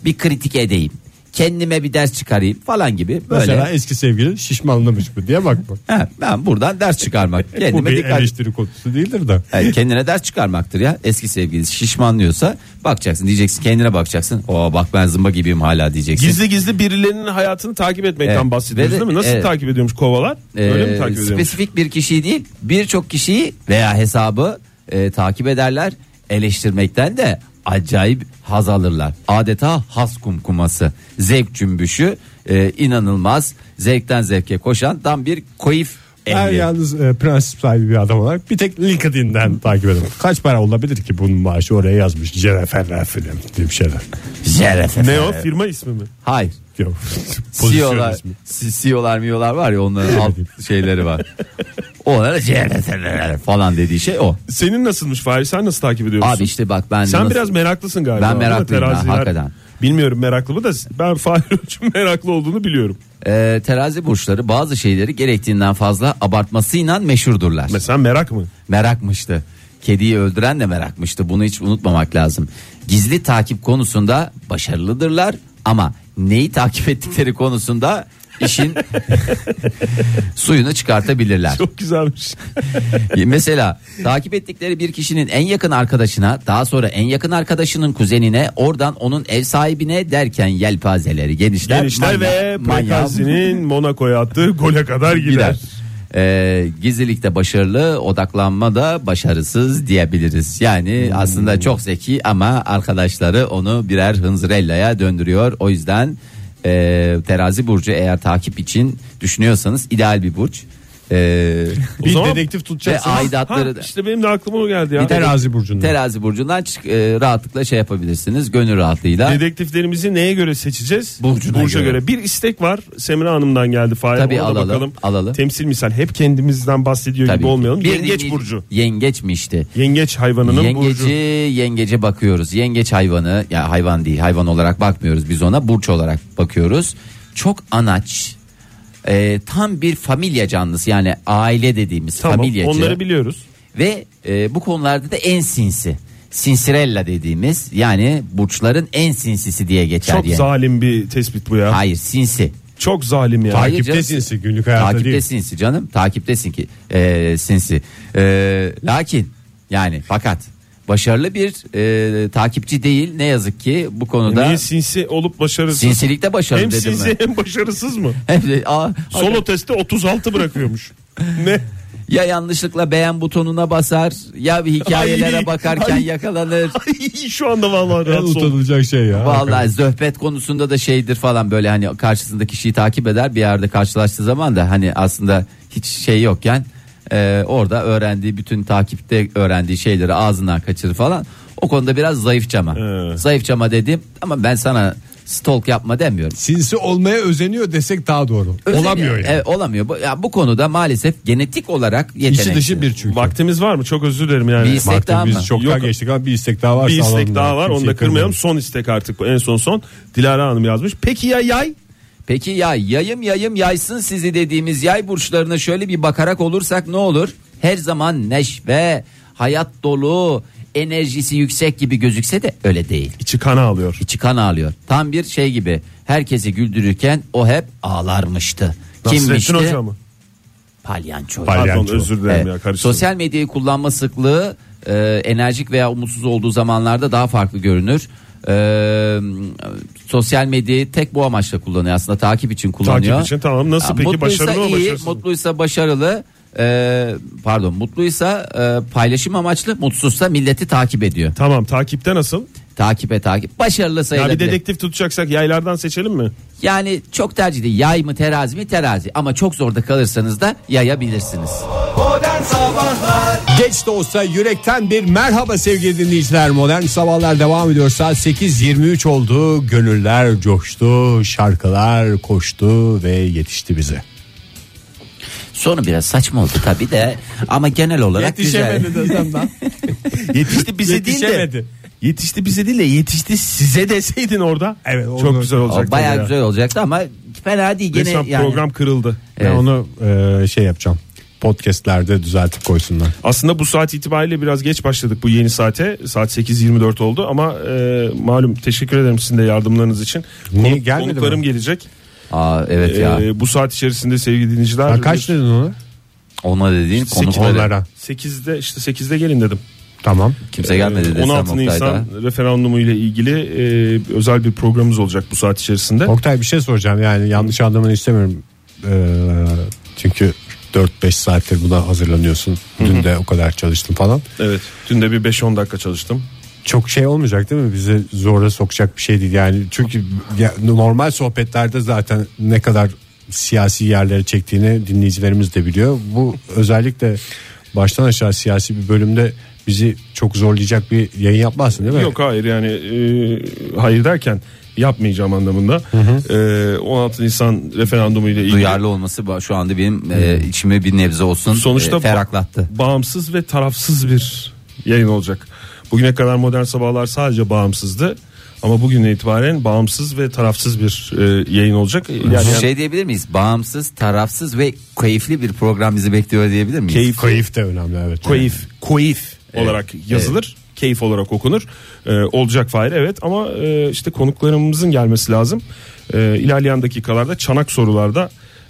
Speaker 3: Bir kritik edeyim. Kendime bir ders çıkarayım falan gibi böyle.
Speaker 2: Mesela eski sevgilin şişmanlamış mı diye bakma.
Speaker 3: Ha, ben buradan ders çıkarmak.
Speaker 2: Bu
Speaker 3: Kendime
Speaker 2: bir
Speaker 3: dikkat
Speaker 2: eleştiri konusu değildir de.
Speaker 3: Yani kendine ders çıkarmaktır ya. Eski sevgilisi şişmanlıyorsa bakacaksın diyeceksin kendine bakacaksın. O bak ben zımba gibiyim hala diyeceksin.
Speaker 1: Gizli gizli birilerinin hayatını takip etmekten
Speaker 3: Evet.
Speaker 1: bahsediyoruz
Speaker 3: Ve de-
Speaker 1: değil mi? Nasıl
Speaker 3: evet.
Speaker 1: takip ediyormuş kovalar? Öyle mi
Speaker 3: Ee,
Speaker 1: takip ediyormuş?
Speaker 3: spesifik bir kişiyi değil birçok kişiyi veya hesabı e, takip ederler. Eleştirmekten de acayip haz alırlar. Adeta has kumkuması, zevk cümbüşü, e, inanılmaz zevkten zevke koşan tam bir koyif
Speaker 2: Ben
Speaker 3: ehli.
Speaker 2: yalnız e, prensip sahibi bir adam olarak bir tek LinkedIn'den takip ederim. Kaç para olabilir ki bunun maaşı oraya yazmış. Jennifer film diye bir şeyler.
Speaker 3: Şeref.
Speaker 1: Ne o firma ismi mi?
Speaker 3: Hayır.
Speaker 2: Yok. Pozisyon
Speaker 3: CEO'lar,
Speaker 2: ismi.
Speaker 3: C- E CEO'lar miyolar var ya onların alt şeyleri var. Onlara CRT'ler falan dediği şey o.
Speaker 1: Senin nasılmış Fahri sen nasıl takip ediyorsun?
Speaker 3: Abi işte bak ben de
Speaker 1: sen
Speaker 3: nasıl-
Speaker 1: biraz meraklısın galiba.
Speaker 3: Ben
Speaker 1: değil mi?
Speaker 3: meraklıyım ha,
Speaker 1: Teraziler-
Speaker 3: hakikaten.
Speaker 1: Bilmiyorum meraklı mı da ben Fahri için meraklı olduğunu biliyorum.
Speaker 3: Ee, terazi burçları bazı şeyleri gerektiğinden fazla abartmasıyla meşhurdurlar.
Speaker 1: Mesela merak mı?
Speaker 3: merakmıştı. Kediyi öldüren de merakmıştı. Bunu hiç unutmamak lazım. Gizli takip konusunda başarılıdırlar ama neyi takip ettikleri konusunda işin suyunu çıkartabilirler.
Speaker 1: Çok güzelmiş.
Speaker 3: Mesela takip ettikleri bir kişinin en yakın arkadaşına daha sonra en yakın arkadaşının kuzenine oradan onun ev sahibine derken yelpazeleri genişler.
Speaker 1: Genişler ve
Speaker 3: Manya- manyağı-
Speaker 1: Prekazi'nin Monaco'ya attığı gole kadar gider.
Speaker 3: gider. Ee, gizlilikte başarılı odaklanma da başarısız diyebiliriz. Yani
Speaker 1: Hmm.
Speaker 3: aslında çok zeki ama arkadaşları onu birer hınzırellaya döndürüyor. O yüzden e, terazi burcu eğer takip için düşünüyorsanız ideal bir burç. Ee,
Speaker 1: O
Speaker 2: Bir
Speaker 1: zaman-
Speaker 2: dedektif
Speaker 3: ve
Speaker 2: tutacaksın.
Speaker 3: aidatları
Speaker 1: Ha, işte benim de aklıma o geldi ya.
Speaker 3: Bir tane-
Speaker 2: Terazi burcunda.
Speaker 3: Terazi burcundan çık, e, rahatlıkla şey yapabilirsiniz. Gönül rahatlığıyla.
Speaker 1: Dedektiflerimizi neye göre seçeceğiz?
Speaker 3: Burcuna
Speaker 1: Burca
Speaker 3: göre.
Speaker 1: göre. Bir istek var. Semra Hanım'dan geldi. Fahir.
Speaker 3: Tabii
Speaker 1: Ona da
Speaker 3: alalım,
Speaker 1: bakalım.
Speaker 3: alalım.
Speaker 1: Temsil misal. Hep kendimizden bahsediyor
Speaker 3: Tabii
Speaker 1: gibi
Speaker 3: ki.
Speaker 1: olmayalım.
Speaker 3: Bir
Speaker 1: yengeç
Speaker 3: nevi-
Speaker 1: Burcu.
Speaker 3: Yengeçmişti.
Speaker 1: Yengeç hayvanının
Speaker 3: Yengeci,
Speaker 1: Burcu.
Speaker 3: yengece bakıyoruz. Yengeç hayvanı, ya hayvan değil, hayvan olarak bakmıyoruz biz ona, burç olarak bakıyoruz. Çok anaç, e, tam bir familya canlısı yani aile dediğimiz
Speaker 1: Tamam
Speaker 3: familyacı
Speaker 1: onları biliyoruz.
Speaker 3: ve e, bu konularda da en sinsi. Sinsirella dediğimiz yani burçların en sinsisi diye geçer.
Speaker 1: Çok
Speaker 3: yani.
Speaker 1: zalim bir tespit bu ya.
Speaker 3: Hayır sinsi.
Speaker 1: Çok zalim ya.
Speaker 3: Hayır canım.
Speaker 2: Takiptesinsin günlük hayatta
Speaker 3: Takipte
Speaker 2: değil.
Speaker 3: sinsi canım. Takiptesin ki e, sinsi. E, lakin yani fakat başarılı bir e, takipçi değil ne yazık ki bu konuda
Speaker 1: Niye sinsi olup başarısız?
Speaker 3: sinsilikte başarılı
Speaker 1: hem
Speaker 3: dedim
Speaker 1: sinsi
Speaker 3: ben.
Speaker 1: hem başarısız mı?
Speaker 3: Hem de- aa,
Speaker 1: Solo testte 36 bırakıyormuş. ne?
Speaker 3: ya yanlışlıkla beğen butonuna basar ya bir hikayelere
Speaker 1: Ay,
Speaker 3: bakarken
Speaker 1: ay.
Speaker 3: yakalanır.
Speaker 1: Ay, Şu anda vallahi
Speaker 2: En
Speaker 1: rahatsız oldum.
Speaker 2: utanılacak şey ya.
Speaker 3: Vallahi zöhbet konusunda da şeydir falan böyle hani karşısında kişiyi takip eder bir yerde karşılaştığı zaman da hani aslında hiç şey yokken e, orada öğrendiği bütün takipte öğrendiği şeyleri ağzından kaçırır falan. O konuda biraz zayıfçama.
Speaker 1: Evet.
Speaker 3: Zayıfçama dedim ama ben sana stalk yapma demiyorum.
Speaker 2: Sinsi olmaya özeniyor desek daha doğru.
Speaker 3: Özeniyor.
Speaker 2: Olamıyor yani.
Speaker 3: Evet, E, olamıyor. Bu- Ya bu konuda maalesef genetik olarak yetenekli.
Speaker 2: İşi dışı bir çünkü.
Speaker 1: Vaktimiz var mı? Çok özür dilerim yani.
Speaker 3: Bir istek daha mı?
Speaker 2: Biz çok daha
Speaker 1: Yok.
Speaker 2: geçtik ama bir istek daha var.
Speaker 1: Bir istek daha var onu da kırmayalım. Son istek artık bu en son son. Dilara Hanım yazmış. Peki ya yay?
Speaker 3: Peki ya yayım yayım yaysın sizi dediğimiz yay burçlarına şöyle bir bakarak olursak ne olur? Her zaman neşve, hayat dolu, enerjisi yüksek gibi gözükse de öyle değil.
Speaker 1: İçi kana alıyor.
Speaker 3: İçi kan ağlıyor. Tam bir şey gibi. Herkesi güldürürken o hep ağlarmıştı.
Speaker 1: Nasrettin Hoca mı?
Speaker 3: Palyanço.
Speaker 1: Pardon
Speaker 2: Palyanço.
Speaker 1: özür dilerim ya
Speaker 3: Evet.
Speaker 1: karıştırdım.
Speaker 3: Sosyal medyayı kullanma sıklığı e, enerjik veya umutsuz olduğu zamanlarda daha farklı görünür. E, sosyal medyayı tek bu amaçla kullanıyor aslında takip için kullanıyor.
Speaker 1: Takip için, tamam. Nasıl peki?
Speaker 3: mutluysa
Speaker 1: Başarılı mı,
Speaker 3: iyi,
Speaker 1: başarısız mı?
Speaker 3: Mutluysa başarılı. e, pardon mutluysa e, paylaşım amaçlı mutsuzsa milleti takip ediyor.
Speaker 1: Tamam takipte nasıl?
Speaker 3: Takibe takip. Başarılı
Speaker 1: Ya bir
Speaker 3: sayılabilir.
Speaker 1: dedektif tutacaksak yaylardan seçelim mi?
Speaker 3: Yani çok tercih değil. Yay mı terazi mi terazi ama çok zorda kalırsanız da yayabilirsiniz.
Speaker 2: Geç de olsa yürekten bir merhaba sevgili dinleyiciler. Modern Sabahlar devam ediyor. Saat 8.23 oldu. Gönüller coştu. Şarkılar koştu ve yetişti bize.
Speaker 3: Sonu biraz saçma oldu tabii de ama genel olarak güzel.
Speaker 2: Yetişemedi desem ben.
Speaker 1: Yetişti bize değil de.
Speaker 2: Yetişemedi.
Speaker 1: Yetişti bize değil de yetişti size deseydin orada.
Speaker 2: Evet,
Speaker 1: Çok
Speaker 2: olur.
Speaker 1: güzel olacaktı.
Speaker 3: O bayağı
Speaker 1: ya.
Speaker 3: güzel olacaktı ama fena değil gene
Speaker 1: Resmen
Speaker 3: yani.
Speaker 1: program kırıldı.
Speaker 2: Ben
Speaker 3: Evet.
Speaker 2: onu e, şey yapacağım. Podcast'lerde düzeltip koysunlar.
Speaker 1: Aslında bu saat itibariyle biraz geç başladık bu yeni saate. Saat 8.24 oldu ama e, malum teşekkür ederim sizin de yardımlarınız için.
Speaker 2: Niye, gelmedi mi?
Speaker 1: konuklarım gelecek.
Speaker 3: Aa evet ya.
Speaker 1: E, bu saat içerisinde sevgili dinleyiciler.
Speaker 2: Ha, kaç dedin onu?
Speaker 3: Ona dediğin konu
Speaker 1: sekiz-
Speaker 3: olarak
Speaker 2: Onlara.
Speaker 1: 8'de işte 8'de gelin dedim.
Speaker 2: Tamam.
Speaker 3: kimse gelmedi
Speaker 1: E,
Speaker 3: desem
Speaker 1: 16
Speaker 3: Oktay'da.
Speaker 1: Nisan referandumu ile ilgili e, özel bir programımız olacak bu saat içerisinde.
Speaker 2: Oktay bir şey soracağım yani yanlış anlamanı istemiyorum. Ee, çünkü 4-5 saattir buna hazırlanıyorsun. Dün de o kadar çalıştın falan.
Speaker 1: Evet. Dün de bir 5-10 dakika çalıştım.
Speaker 2: Çok şey olmayacak değil mi? Bizi zora sokacak bir şey değil yani. Çünkü ya- normal sohbetlerde zaten ne kadar siyasi yerlere çektiğini dinleyicilerimiz de biliyor. Bu özellikle baştan aşağı siyasi bir bölümde bizi çok zorlayacak bir yayın yapmazsın değil mi?
Speaker 1: Yok hayır yani e, hayır derken yapmayacağım anlamında. E, 16 Nisan referandumu ile ilgili
Speaker 3: Duyarlı olması ba- şu anda benim e, içimi bir nebze olsun
Speaker 1: Hmm. sonuçta
Speaker 2: Ee,
Speaker 3: e, ferahlattı.
Speaker 1: ba- bağımsız ve tarafsız bir yayın olacak. Bugüne kadar modern sabahlar sadece bağımsızdı. Ama bugün itibaren bağımsız ve tarafsız bir e, yayın olacak. Yani,
Speaker 3: şey diyebilir miyiz? Bağımsız, tarafsız ve keyifli bir program bizi bekliyor diyebilir miyiz?
Speaker 2: Keyif. Keyif de önemli evet.
Speaker 1: koyif, koyif olarak yazılır. Keyif olarak okunur. E, olacak Fahir evet ama e, işte konuklarımızın gelmesi lazım. E, ilerleyen dakikalarda çanak sorularda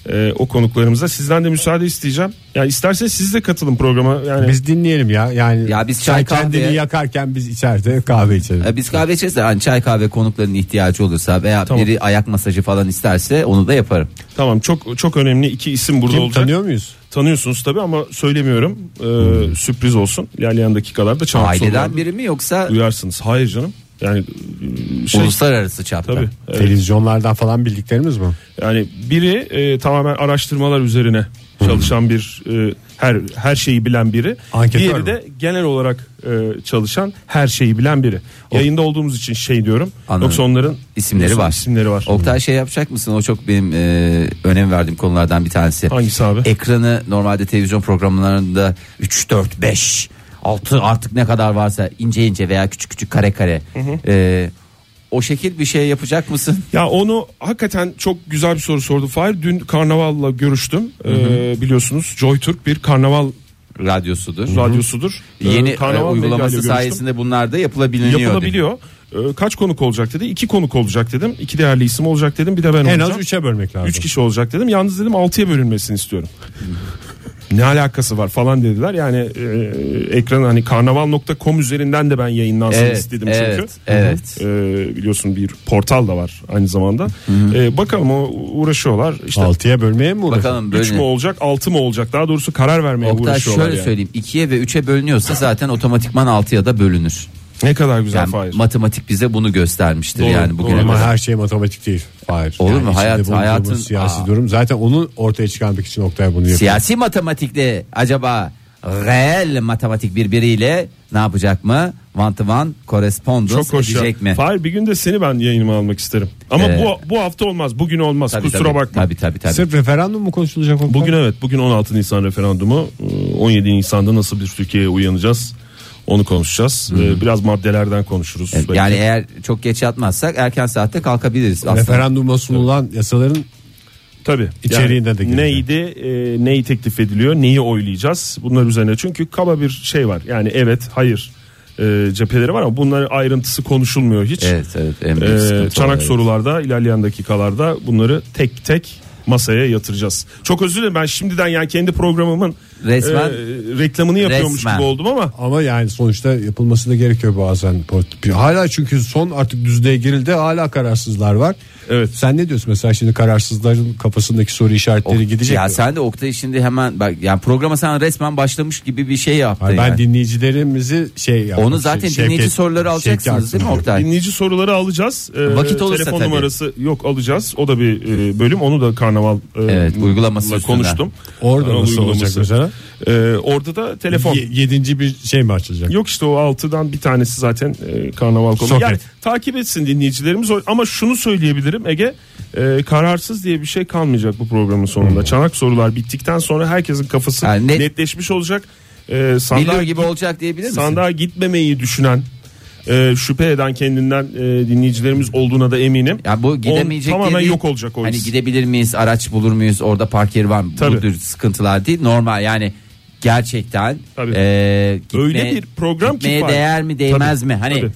Speaker 1: e, o konuklarımıza sizden de müsaade isteyeceğim. Yani isterseniz siz de katılın programa. Yani
Speaker 2: Biz dinleyelim ya. Yani
Speaker 3: Ya biz
Speaker 2: sen
Speaker 3: çay
Speaker 2: kendini
Speaker 3: kahve-
Speaker 2: yakarken biz içeride kahve içelim.
Speaker 3: E, Biz kahve içeriz de hani çay kahve konukların ihtiyacı olursa veya biri ayak masajı falan isterse onu da yaparım.
Speaker 1: tamam çok çok önemli iki isim burada
Speaker 2: Kim
Speaker 1: olacak.
Speaker 2: tanıyor muyuz?
Speaker 1: Tanıyorsunuz tabi ama söylemiyorum. Ee, Sürpriz olsun. İlerleyen dakikalarda çanak sorularda
Speaker 3: Aileden biri mi yoksa
Speaker 1: duyarsınız. Hayır canım. Yani e, şey
Speaker 3: uluslararası çapta?
Speaker 1: tabii. Evet.
Speaker 2: Televizyonlardan falan bildiklerimiz mi?
Speaker 1: Yani biri e, tamamen araştırmalar üzerine çalışan bir e, her her şeyi bilen biri.
Speaker 2: Anketör
Speaker 1: Diğeri
Speaker 2: mü?
Speaker 1: de genel olarak e, çalışan her şeyi bilen biri. Yayında olduğumuz için şey diyorum.
Speaker 3: Oh. Anladım.
Speaker 1: Yoksa onların
Speaker 3: İsimleri var.
Speaker 1: isimleri var.
Speaker 3: Oktay şey yapacak mısın? O çok benim e, önem verdiğim konulardan bir tanesi.
Speaker 1: Hangisi abi?
Speaker 3: Ekranı normalde televizyon programlarında 3 4 5 6 artık ne kadar varsa ince ince veya küçük küçük kare kare. E, o şekil bir şey yapacak mısın?
Speaker 1: Ya onu hakikaten çok güzel bir soru sordu Fahir. Dün karnavalla görüştüm. Ee, biliyorsunuz JoyTürk bir karnaval
Speaker 3: Radyosudur.
Speaker 1: radyosudur. Ee,
Speaker 3: Yeni e,
Speaker 1: karnaval medyayla
Speaker 3: uygulaması
Speaker 1: görüştüm.
Speaker 3: sayesinde bunlar da yapılabiliyor.
Speaker 1: yapılabiliyor. Ee, kaç konuk olacak dedi? İki konuk olacak dedim. İki değerli isim olacak dedim. Bir de ben
Speaker 2: En
Speaker 1: olacağım.
Speaker 2: az 3'e bölmek lazım.
Speaker 1: Üç kişi olacak dedim. Yalnız dedim altıya bölünmesini istiyorum. ne alakası var falan dediler. Yani e, ekran hani karnaval.com üzerinden de ben yayınlansın
Speaker 3: Evet,
Speaker 1: istedim
Speaker 3: evet,
Speaker 1: çünkü.
Speaker 3: evet.
Speaker 1: Hı hı. E, biliyorsun bir portal da var aynı zamanda. E, bakalım o uğraşıyorlar. İşte
Speaker 2: 6'ya bölmeye mi uğraşın?
Speaker 3: Bakalım
Speaker 1: üç
Speaker 3: böyle.
Speaker 1: mü olacak altı mı olacak daha doğrusu karar vermeye
Speaker 3: Oktay
Speaker 1: uğraşıyorlar.
Speaker 3: şöyle
Speaker 1: yani.
Speaker 3: söyleyeyim. 2'ye ve 3'e bölünüyorsa zaten otomatikman 6'ya da bölünür.
Speaker 1: Ne kadar güzel
Speaker 3: Yani
Speaker 1: Fahir.
Speaker 3: matematik bize bunu göstermiştir
Speaker 1: Doğru,
Speaker 3: yani bugüne
Speaker 1: doğru.
Speaker 2: Ama
Speaker 3: kadar.
Speaker 2: her şey matematik değil. Hayır.
Speaker 3: Olur mu?
Speaker 2: içinde
Speaker 3: Hayat-
Speaker 2: bulunduğumuz
Speaker 3: hayatın-
Speaker 2: siyasi
Speaker 3: Aa.
Speaker 2: durum. Zaten onu ortaya çıkarmak için Oktay bunu yapıyor.
Speaker 3: Siyasi matematikte acaba reel matematik birbiriyle ne yapacak mı? One to one correspondence
Speaker 1: Çok hoş ya.
Speaker 3: edecek mi?
Speaker 1: Fahir bir gün de seni ben yayınıma almak isterim. Ama
Speaker 3: Ee,
Speaker 1: bu bu hafta olmaz. Bugün olmaz.
Speaker 3: Tabii,
Speaker 1: Kusura
Speaker 3: tabii,
Speaker 1: bakma.
Speaker 3: Tabii tabii tabii.
Speaker 2: Sırf referandum mu konuşulacak Oktay?
Speaker 1: Bugün evet bugün 16 Nisan referandumu Ee, 17 Nisan'da nasıl bir Türkiye'ye uyanacağız onu konuşacağız. Ee, Biraz maddelerden konuşuruz.
Speaker 3: Evet,
Speaker 1: belki.
Speaker 3: E, Yani eğer çok geç yatmazsak erken saatte kalkabiliriz aslında.
Speaker 2: referanduma sunulan yasaların
Speaker 1: tabii
Speaker 2: İçeriğine de gireceğim.
Speaker 1: neydi e, neyi teklif ediliyor neyi oylayacağız bunlar üzerine çünkü kaba bir şey var yani evet hayır e, cepheleri var ama bunların ayrıntısı konuşulmuyor hiç.
Speaker 3: Evet evet. en büyük
Speaker 1: Ee,
Speaker 3: sıkıntı o,
Speaker 1: çanak
Speaker 3: evet.
Speaker 1: sorularda ilerleyen dakikalarda bunları tek tek masaya yatıracağız. Çok özür dilerim ben şimdiden yani kendi programımın
Speaker 3: Resmen-
Speaker 1: e, reklamını yapıyormuş
Speaker 3: Resmen.
Speaker 1: gibi oldum ama
Speaker 2: ama yani sonuçta yapılması da gerekiyor bazen. Hala çünkü son artık düzlüğe girildi hala kararsızlar var.
Speaker 1: Evet.
Speaker 2: Sen ne diyorsun mesela şimdi kararsızların kafasındaki soru işaretleri
Speaker 3: Ok-
Speaker 2: gidecek
Speaker 3: ya
Speaker 2: mi?
Speaker 3: sen de Oktay şimdi hemen bak yani programa sen resmen başlamış gibi bir şey yaptın.
Speaker 2: Hayır, ben
Speaker 3: yani.
Speaker 2: dinleyicilerimizi şey yapmak
Speaker 3: Onu
Speaker 2: için,
Speaker 3: zaten
Speaker 2: Şevket-
Speaker 3: dinleyici soruları
Speaker 2: Şevki
Speaker 3: alacaksınız değil mi
Speaker 2: Aksu'nun-
Speaker 3: Oktay?
Speaker 1: dinleyici soruları alacağız. Ee,
Speaker 3: Vakit olursa
Speaker 1: Telefon
Speaker 3: tabii.
Speaker 1: numarası yok alacağız. O da bir e, bölüm onu da karnaval e,
Speaker 3: Evet, uygulaması
Speaker 1: ile
Speaker 3: üstünden.
Speaker 1: konuştum.
Speaker 2: Orada
Speaker 1: Karnaval
Speaker 2: nasıl olacak mesela?
Speaker 1: Ee, orada da telefon.
Speaker 2: Ye- yedinci bir şey mi açılacak?
Speaker 1: Yok işte o altıdan bir tanesi zaten e, karnaval konu.
Speaker 2: Sohbet.
Speaker 1: Yani takip etsin dinleyicilerimiz O- ama şunu söyleyebilirim Ege e, kararsız diye bir şey kalmayacak bu programın sonunda. Çanak sorular bittikten sonra herkesin kafası
Speaker 3: Yani Hmm. net-
Speaker 1: netleşmiş olacak. E, sandığa,
Speaker 3: Biliyor gibi olacak diyebilir misin?
Speaker 1: sandığa gitmemeyi düşünen e, şüphe eden kendinden e, dinleyicilerimiz olduğuna da eminim.
Speaker 3: Ya bu
Speaker 1: On-
Speaker 3: gidemeyecek diye
Speaker 1: tamamen
Speaker 3: değil.
Speaker 1: yok olacak o
Speaker 3: Hani
Speaker 1: his.
Speaker 3: gidebilir miyiz? Araç bulur muyuz? Orada park yeri var mı?
Speaker 1: Tabii.
Speaker 3: Bu tür sıkıntılar değil. Normal yani gerçekten
Speaker 1: Tabii.
Speaker 3: eee, gitmeye,
Speaker 1: Öyle bir program ki
Speaker 3: gitmeye
Speaker 1: Fahir.
Speaker 3: değer mi değmez
Speaker 1: Tabii,
Speaker 3: mi? Hani
Speaker 1: tabii,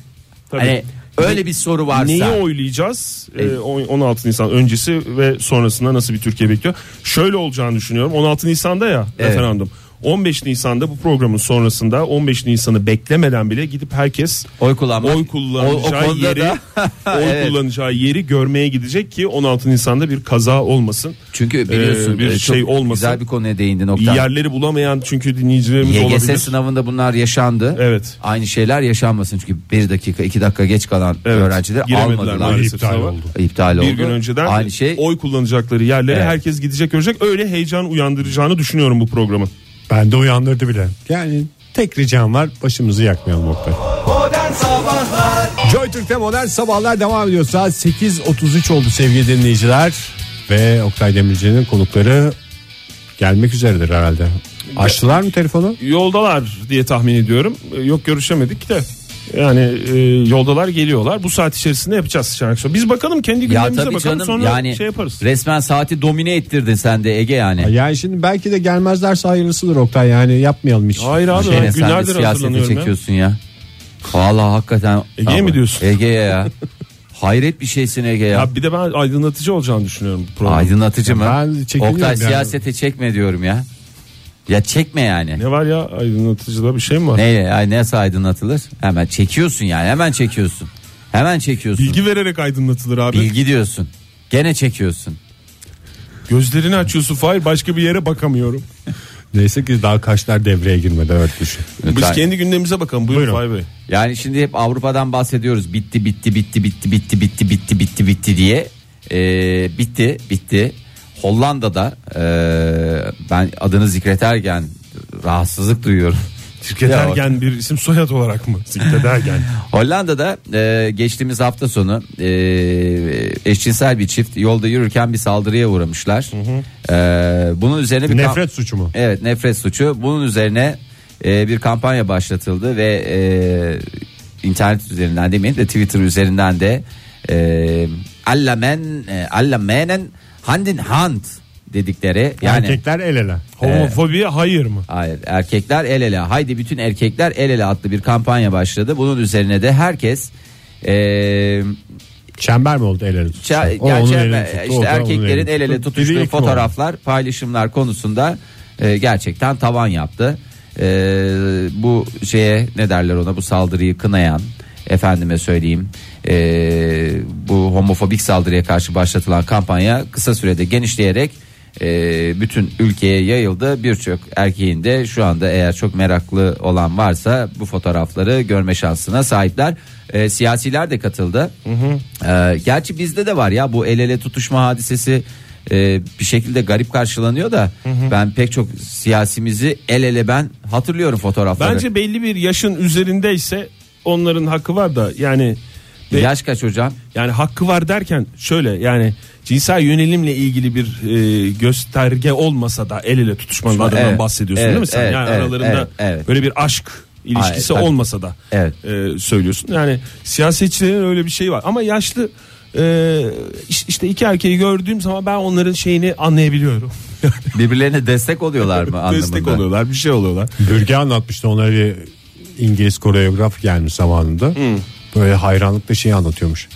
Speaker 1: tabii.
Speaker 3: hani öyle bir soru varsa.
Speaker 1: Neyi oylayacağız? Ee,
Speaker 3: Evet.
Speaker 1: on- 16 Nisan öncesi ve sonrasında nasıl bir Türkiye bekliyor? Şöyle olacağını düşünüyorum. 16 Nisan'da ya
Speaker 3: Evet.
Speaker 1: referandum. 15 Nisan'da bu programın sonrasında 15 Nisan'ı beklemeden bile gidip herkes
Speaker 3: Oy kullanmak.
Speaker 1: oy kullanacağı
Speaker 3: O- o konuda
Speaker 1: yeri
Speaker 3: da-
Speaker 1: oy
Speaker 3: Evet.
Speaker 1: kullanacağı yeri görmeye gidecek ki 16 Nisan'da bir kaza olmasın.
Speaker 3: Çünkü biliyorsun
Speaker 1: Ee, bir
Speaker 3: e, çok
Speaker 1: şey olmasın.
Speaker 3: Güzel bir konuya değindin Oktay.
Speaker 1: Yerleri bulamayan çünkü dinleyicilerimiz
Speaker 3: YGS
Speaker 1: olabilir.
Speaker 3: sınavında bunlar yaşandı.
Speaker 1: Evet.
Speaker 3: Aynı şeyler yaşanmasın çünkü bir dakika iki dakika geç kalan
Speaker 1: Evet.
Speaker 3: öğrenciler
Speaker 1: Giremediler
Speaker 3: almadılar.
Speaker 1: maalesef
Speaker 2: İptal
Speaker 1: sınava.
Speaker 2: oldu.
Speaker 3: İptal oldu.
Speaker 1: Bir gün önceden
Speaker 3: Aynı şey
Speaker 1: oy kullanacakları yerlere
Speaker 3: Evet.
Speaker 1: herkes gidecek görecek. Öyle heyecan uyandıracağını düşünüyorum bu programın.
Speaker 2: Ben de uyandırdı bile. Yani tek ricam var başımızı yakmayalım Oktay. Joy Türk'te modern sabahlar devam ediyor. Saat 8.33 oldu sevgili dinleyiciler. Ve Oktay Demirci'nin konukları gelmek üzeredir herhalde. Açtılar mı telefonu?
Speaker 1: Yoldalar diye tahmin ediyorum. E, Yok görüşemedik de. Yani e, yoldalar geliyorlar. Bu saat içerisinde yapacağız şarkı. şov. Biz bakalım kendi
Speaker 3: ya
Speaker 1: gündemimize
Speaker 3: tabii
Speaker 1: bakalım
Speaker 3: canım
Speaker 1: sonra
Speaker 3: yani
Speaker 1: şey yaparız.
Speaker 3: resmen saati domine ettirdin sen de Ege yani.
Speaker 2: Yani şimdi belki de gelmezlerse hayırlısıdır Oktay. Yani yapmayalım hiç.
Speaker 1: Hayır abi
Speaker 3: Gene
Speaker 1: ben
Speaker 3: sen de
Speaker 1: günlerdir
Speaker 3: siyasete
Speaker 1: hazırlanıyorum ya.
Speaker 3: çekiyorsun ya. Vallahi hakikaten.
Speaker 1: Ege'ye mi diyorsun?
Speaker 3: Ege'ye ya. Hayret bir şeysin Ege ya.
Speaker 1: Ya bir de ben aydınlatıcı olacağını düşünüyorum bu programın.
Speaker 3: Aydınlatıcı mı?
Speaker 2: Ben çekiniyorum
Speaker 3: Oktay
Speaker 2: yani.
Speaker 3: siyasete çekme diyorum ya. Ya çekme yani.
Speaker 1: Ne var ya aydınlatıcıda bir şey mi var?
Speaker 3: Ne ya nasıl aydınlatılır? Hemen çekiyorsun yani hemen çekiyorsun. Hemen çekiyorsun. Bilgi,
Speaker 1: Bilgi vererek aydınlatılır abi.
Speaker 3: diyorsun. Gene çekiyorsun.
Speaker 1: Gözlerini açıyorsun Fahir başka bir yere bakamıyorum.
Speaker 2: Neyse ki daha kaşlar devreye girmedi evet düşün.
Speaker 1: Biz
Speaker 3: Lütfen.
Speaker 1: kendi gündemimize bakalım. Buyurun,
Speaker 2: Buyurun.
Speaker 1: Fahir Bey.
Speaker 3: Yani şimdi hep Avrupa'dan bahsediyoruz. Bitti bitti bitti bitti bitti bitti bitti bitti bitti diye. Ee, bitti bitti. Hollanda'da ee, ben adını zikreterken rahatsızlık duyuyorum.
Speaker 1: Zikretergen bir isim soyad olarak mı? Zikretergen.
Speaker 3: Hollanda'da e, geçtiğimiz hafta sonu e, eşcinsel bir çift yolda yürürken bir saldırıya uğramışlar. E, bunun üzerine bir
Speaker 2: Nefret suçu mu?
Speaker 3: Evet nefret suçu. Bunun üzerine e, bir kampanya başlatıldı ve e, internet üzerinden demeyeyim de Twitter üzerinden de e, allamen e, allamenen handin hand dedikleri yani
Speaker 2: Erkekler el ele.
Speaker 1: Homofobiye hayır mı?
Speaker 3: Hayır erkekler el ele haydi bütün erkekler el ele adlı bir kampanya başladı. Bunun üzerine de herkes eee
Speaker 2: Çember mi oldu el ele? tutuşu?
Speaker 3: ça-
Speaker 2: Şey, O onun
Speaker 3: gerçi-
Speaker 2: elini tuttu, o
Speaker 3: işte
Speaker 2: da onun
Speaker 3: erkeklerin
Speaker 2: elini
Speaker 3: el ele
Speaker 2: tuttu. Biri
Speaker 3: tutuştuğu
Speaker 2: ilk mi oldu?
Speaker 3: fotoğraflar paylaşımlar konusunda eee, gerçekten tavan yaptı. Eee, bu şeye ne derler ona bu saldırıyı kınayan efendime söyleyeyim eee, bu homofobik saldırıya karşı başlatılan kampanya kısa sürede genişleyerek e, bütün ülkeye yayıldı. Birçok erkeğin de şu anda eğer çok meraklı olan varsa bu fotoğrafları görme şansına sahipler. E, siyasiler de katıldı. E, gerçi bizde de var ya bu el ele tutuşma hadisesi e, bir şekilde garip karşılanıyor da ben pek çok siyasimizi el ele ben hatırlıyorum fotoğrafları.
Speaker 1: Bence belli bir yaşın üzerindeyse onların hakkı var da yani be-
Speaker 3: Yaş kaç hocam?
Speaker 1: yani hakkı var derken şöyle yani cinsel yönelimle ilgili bir e, gösterge olmasa da el ele tutuşmanın
Speaker 3: Tutuşma,
Speaker 1: adından
Speaker 3: evet,
Speaker 1: bahsediyorsun
Speaker 3: evet,
Speaker 1: değil mi sen?
Speaker 3: evet,
Speaker 1: yani
Speaker 3: evet,
Speaker 1: aralarında
Speaker 3: evet, evet.
Speaker 1: böyle bir aşk ilişkisi
Speaker 3: Hayır, tabii.
Speaker 1: olmasa da
Speaker 3: Evet.
Speaker 1: e, söylüyorsun. Yani siyasetçilerin öyle bir şeyi var ama yaşlı e, iş- işte iki erkeği gördüğüm zaman ben onların şeyini anlayabiliyorum.
Speaker 3: Birbirlerine destek oluyorlar mı anlamında?
Speaker 1: Destek oluyorlar, bir şey oluyorlar.
Speaker 2: Bürge anlatmıştı onlara bir İngiliz koreograf gelmiş zamanında. Böyle hayranlıkla şeyi anlatıyormuş.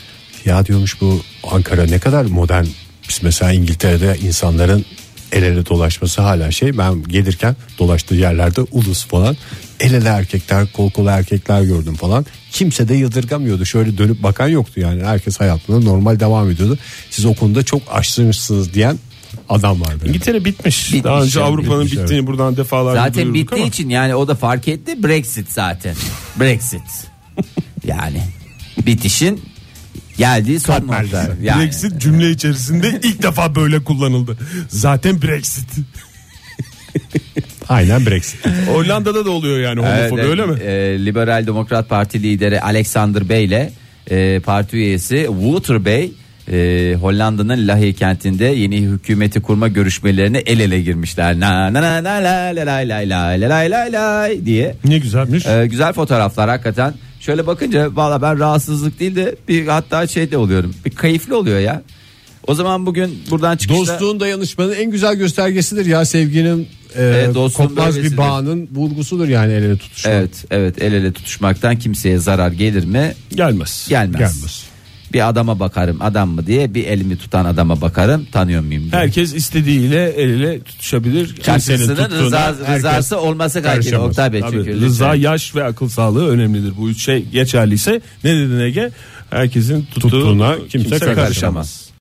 Speaker 2: Ya diyormuş bu Ankara ne kadar modern. Biz mesela İngiltere'de insanların el ele dolaşması hala şey. Ben gelirken dolaştığı yerlerde ulus falan el ele erkekler kol kola erkekler gördüm falan. Kimse de yadırgamıyordu. Şöyle dönüp bakan yoktu yani. Herkes hayatına normal devam ediyordu. Siz o konuda çok aşırısınız diyen adam vardı.
Speaker 1: İngiltere bitmiş.
Speaker 3: Bitmiş
Speaker 1: Daha önce
Speaker 3: yani,
Speaker 1: Avrupa'nın
Speaker 2: bitmiş,
Speaker 1: bittiğini buradan defalarca
Speaker 3: Zaten
Speaker 1: duyurduk
Speaker 3: bittiği
Speaker 1: ama.
Speaker 3: için yani o da fark etti Brexit zaten. Brexit. yani bitişin geldiği son nokta. Yani.
Speaker 1: Brexit cümle içerisinde ilk defa böyle kullanıldı. Zaten Brexit.
Speaker 2: Aynen Brexit.
Speaker 1: Hollanda'da da oluyor yani homofobi
Speaker 3: Evet,
Speaker 1: öyle mi?
Speaker 3: e, Liberal Demokrat Parti lideri Alexander Bey ile e, parti üyesi Wouter Bey Ee, Hollanda'nın Lahey kentinde yeni hükümeti kurma görüşmelerine el ele girmişler. Na na na na la la la la la la la la la diye.
Speaker 1: Ne güzelmiş.
Speaker 3: Ee, güzel fotoğraflar hakikaten. Şöyle bakınca valla ben rahatsızlık değil de bir hatta şey de oluyorum. Bir keyifli oluyor ya. O zaman bugün buradan çıkışta
Speaker 2: Dostluğun dayanışmanın en güzel göstergesidir ya sevginin e,
Speaker 3: Evet, dostluğun
Speaker 2: kopmaz bir
Speaker 3: böylesidir.
Speaker 2: bağının vurgusudur yani el ele tutuşma.
Speaker 3: Evet, evet el ele tutuşmaktan kimseye zarar gelir mi?
Speaker 1: Gelmez.
Speaker 3: Gelmez.
Speaker 2: Gelmez.
Speaker 3: Bir adama bakarım adam mı diye bir elimi tutan adama bakarım tanıyor muyum diye.
Speaker 1: Herkes istediğiyle el ele tutuşabilir. Kimsenin
Speaker 3: Şarkısının
Speaker 1: tuttuğuna
Speaker 3: rıza,
Speaker 1: herkes
Speaker 3: rızası olması kaydıyla
Speaker 1: karışamaz.
Speaker 3: Oktay Bey
Speaker 1: Tabii,
Speaker 3: çünkü.
Speaker 1: Rıza,
Speaker 3: lütfen.
Speaker 1: yaş ve akıl sağlığı önemlidir. Bu üç şey geçerliyse ne dedin Ege? Herkesin tuttuğuna
Speaker 2: Tuttuğuna
Speaker 1: kimse,
Speaker 2: kimse
Speaker 1: karışamaz.
Speaker 2: karışamaz.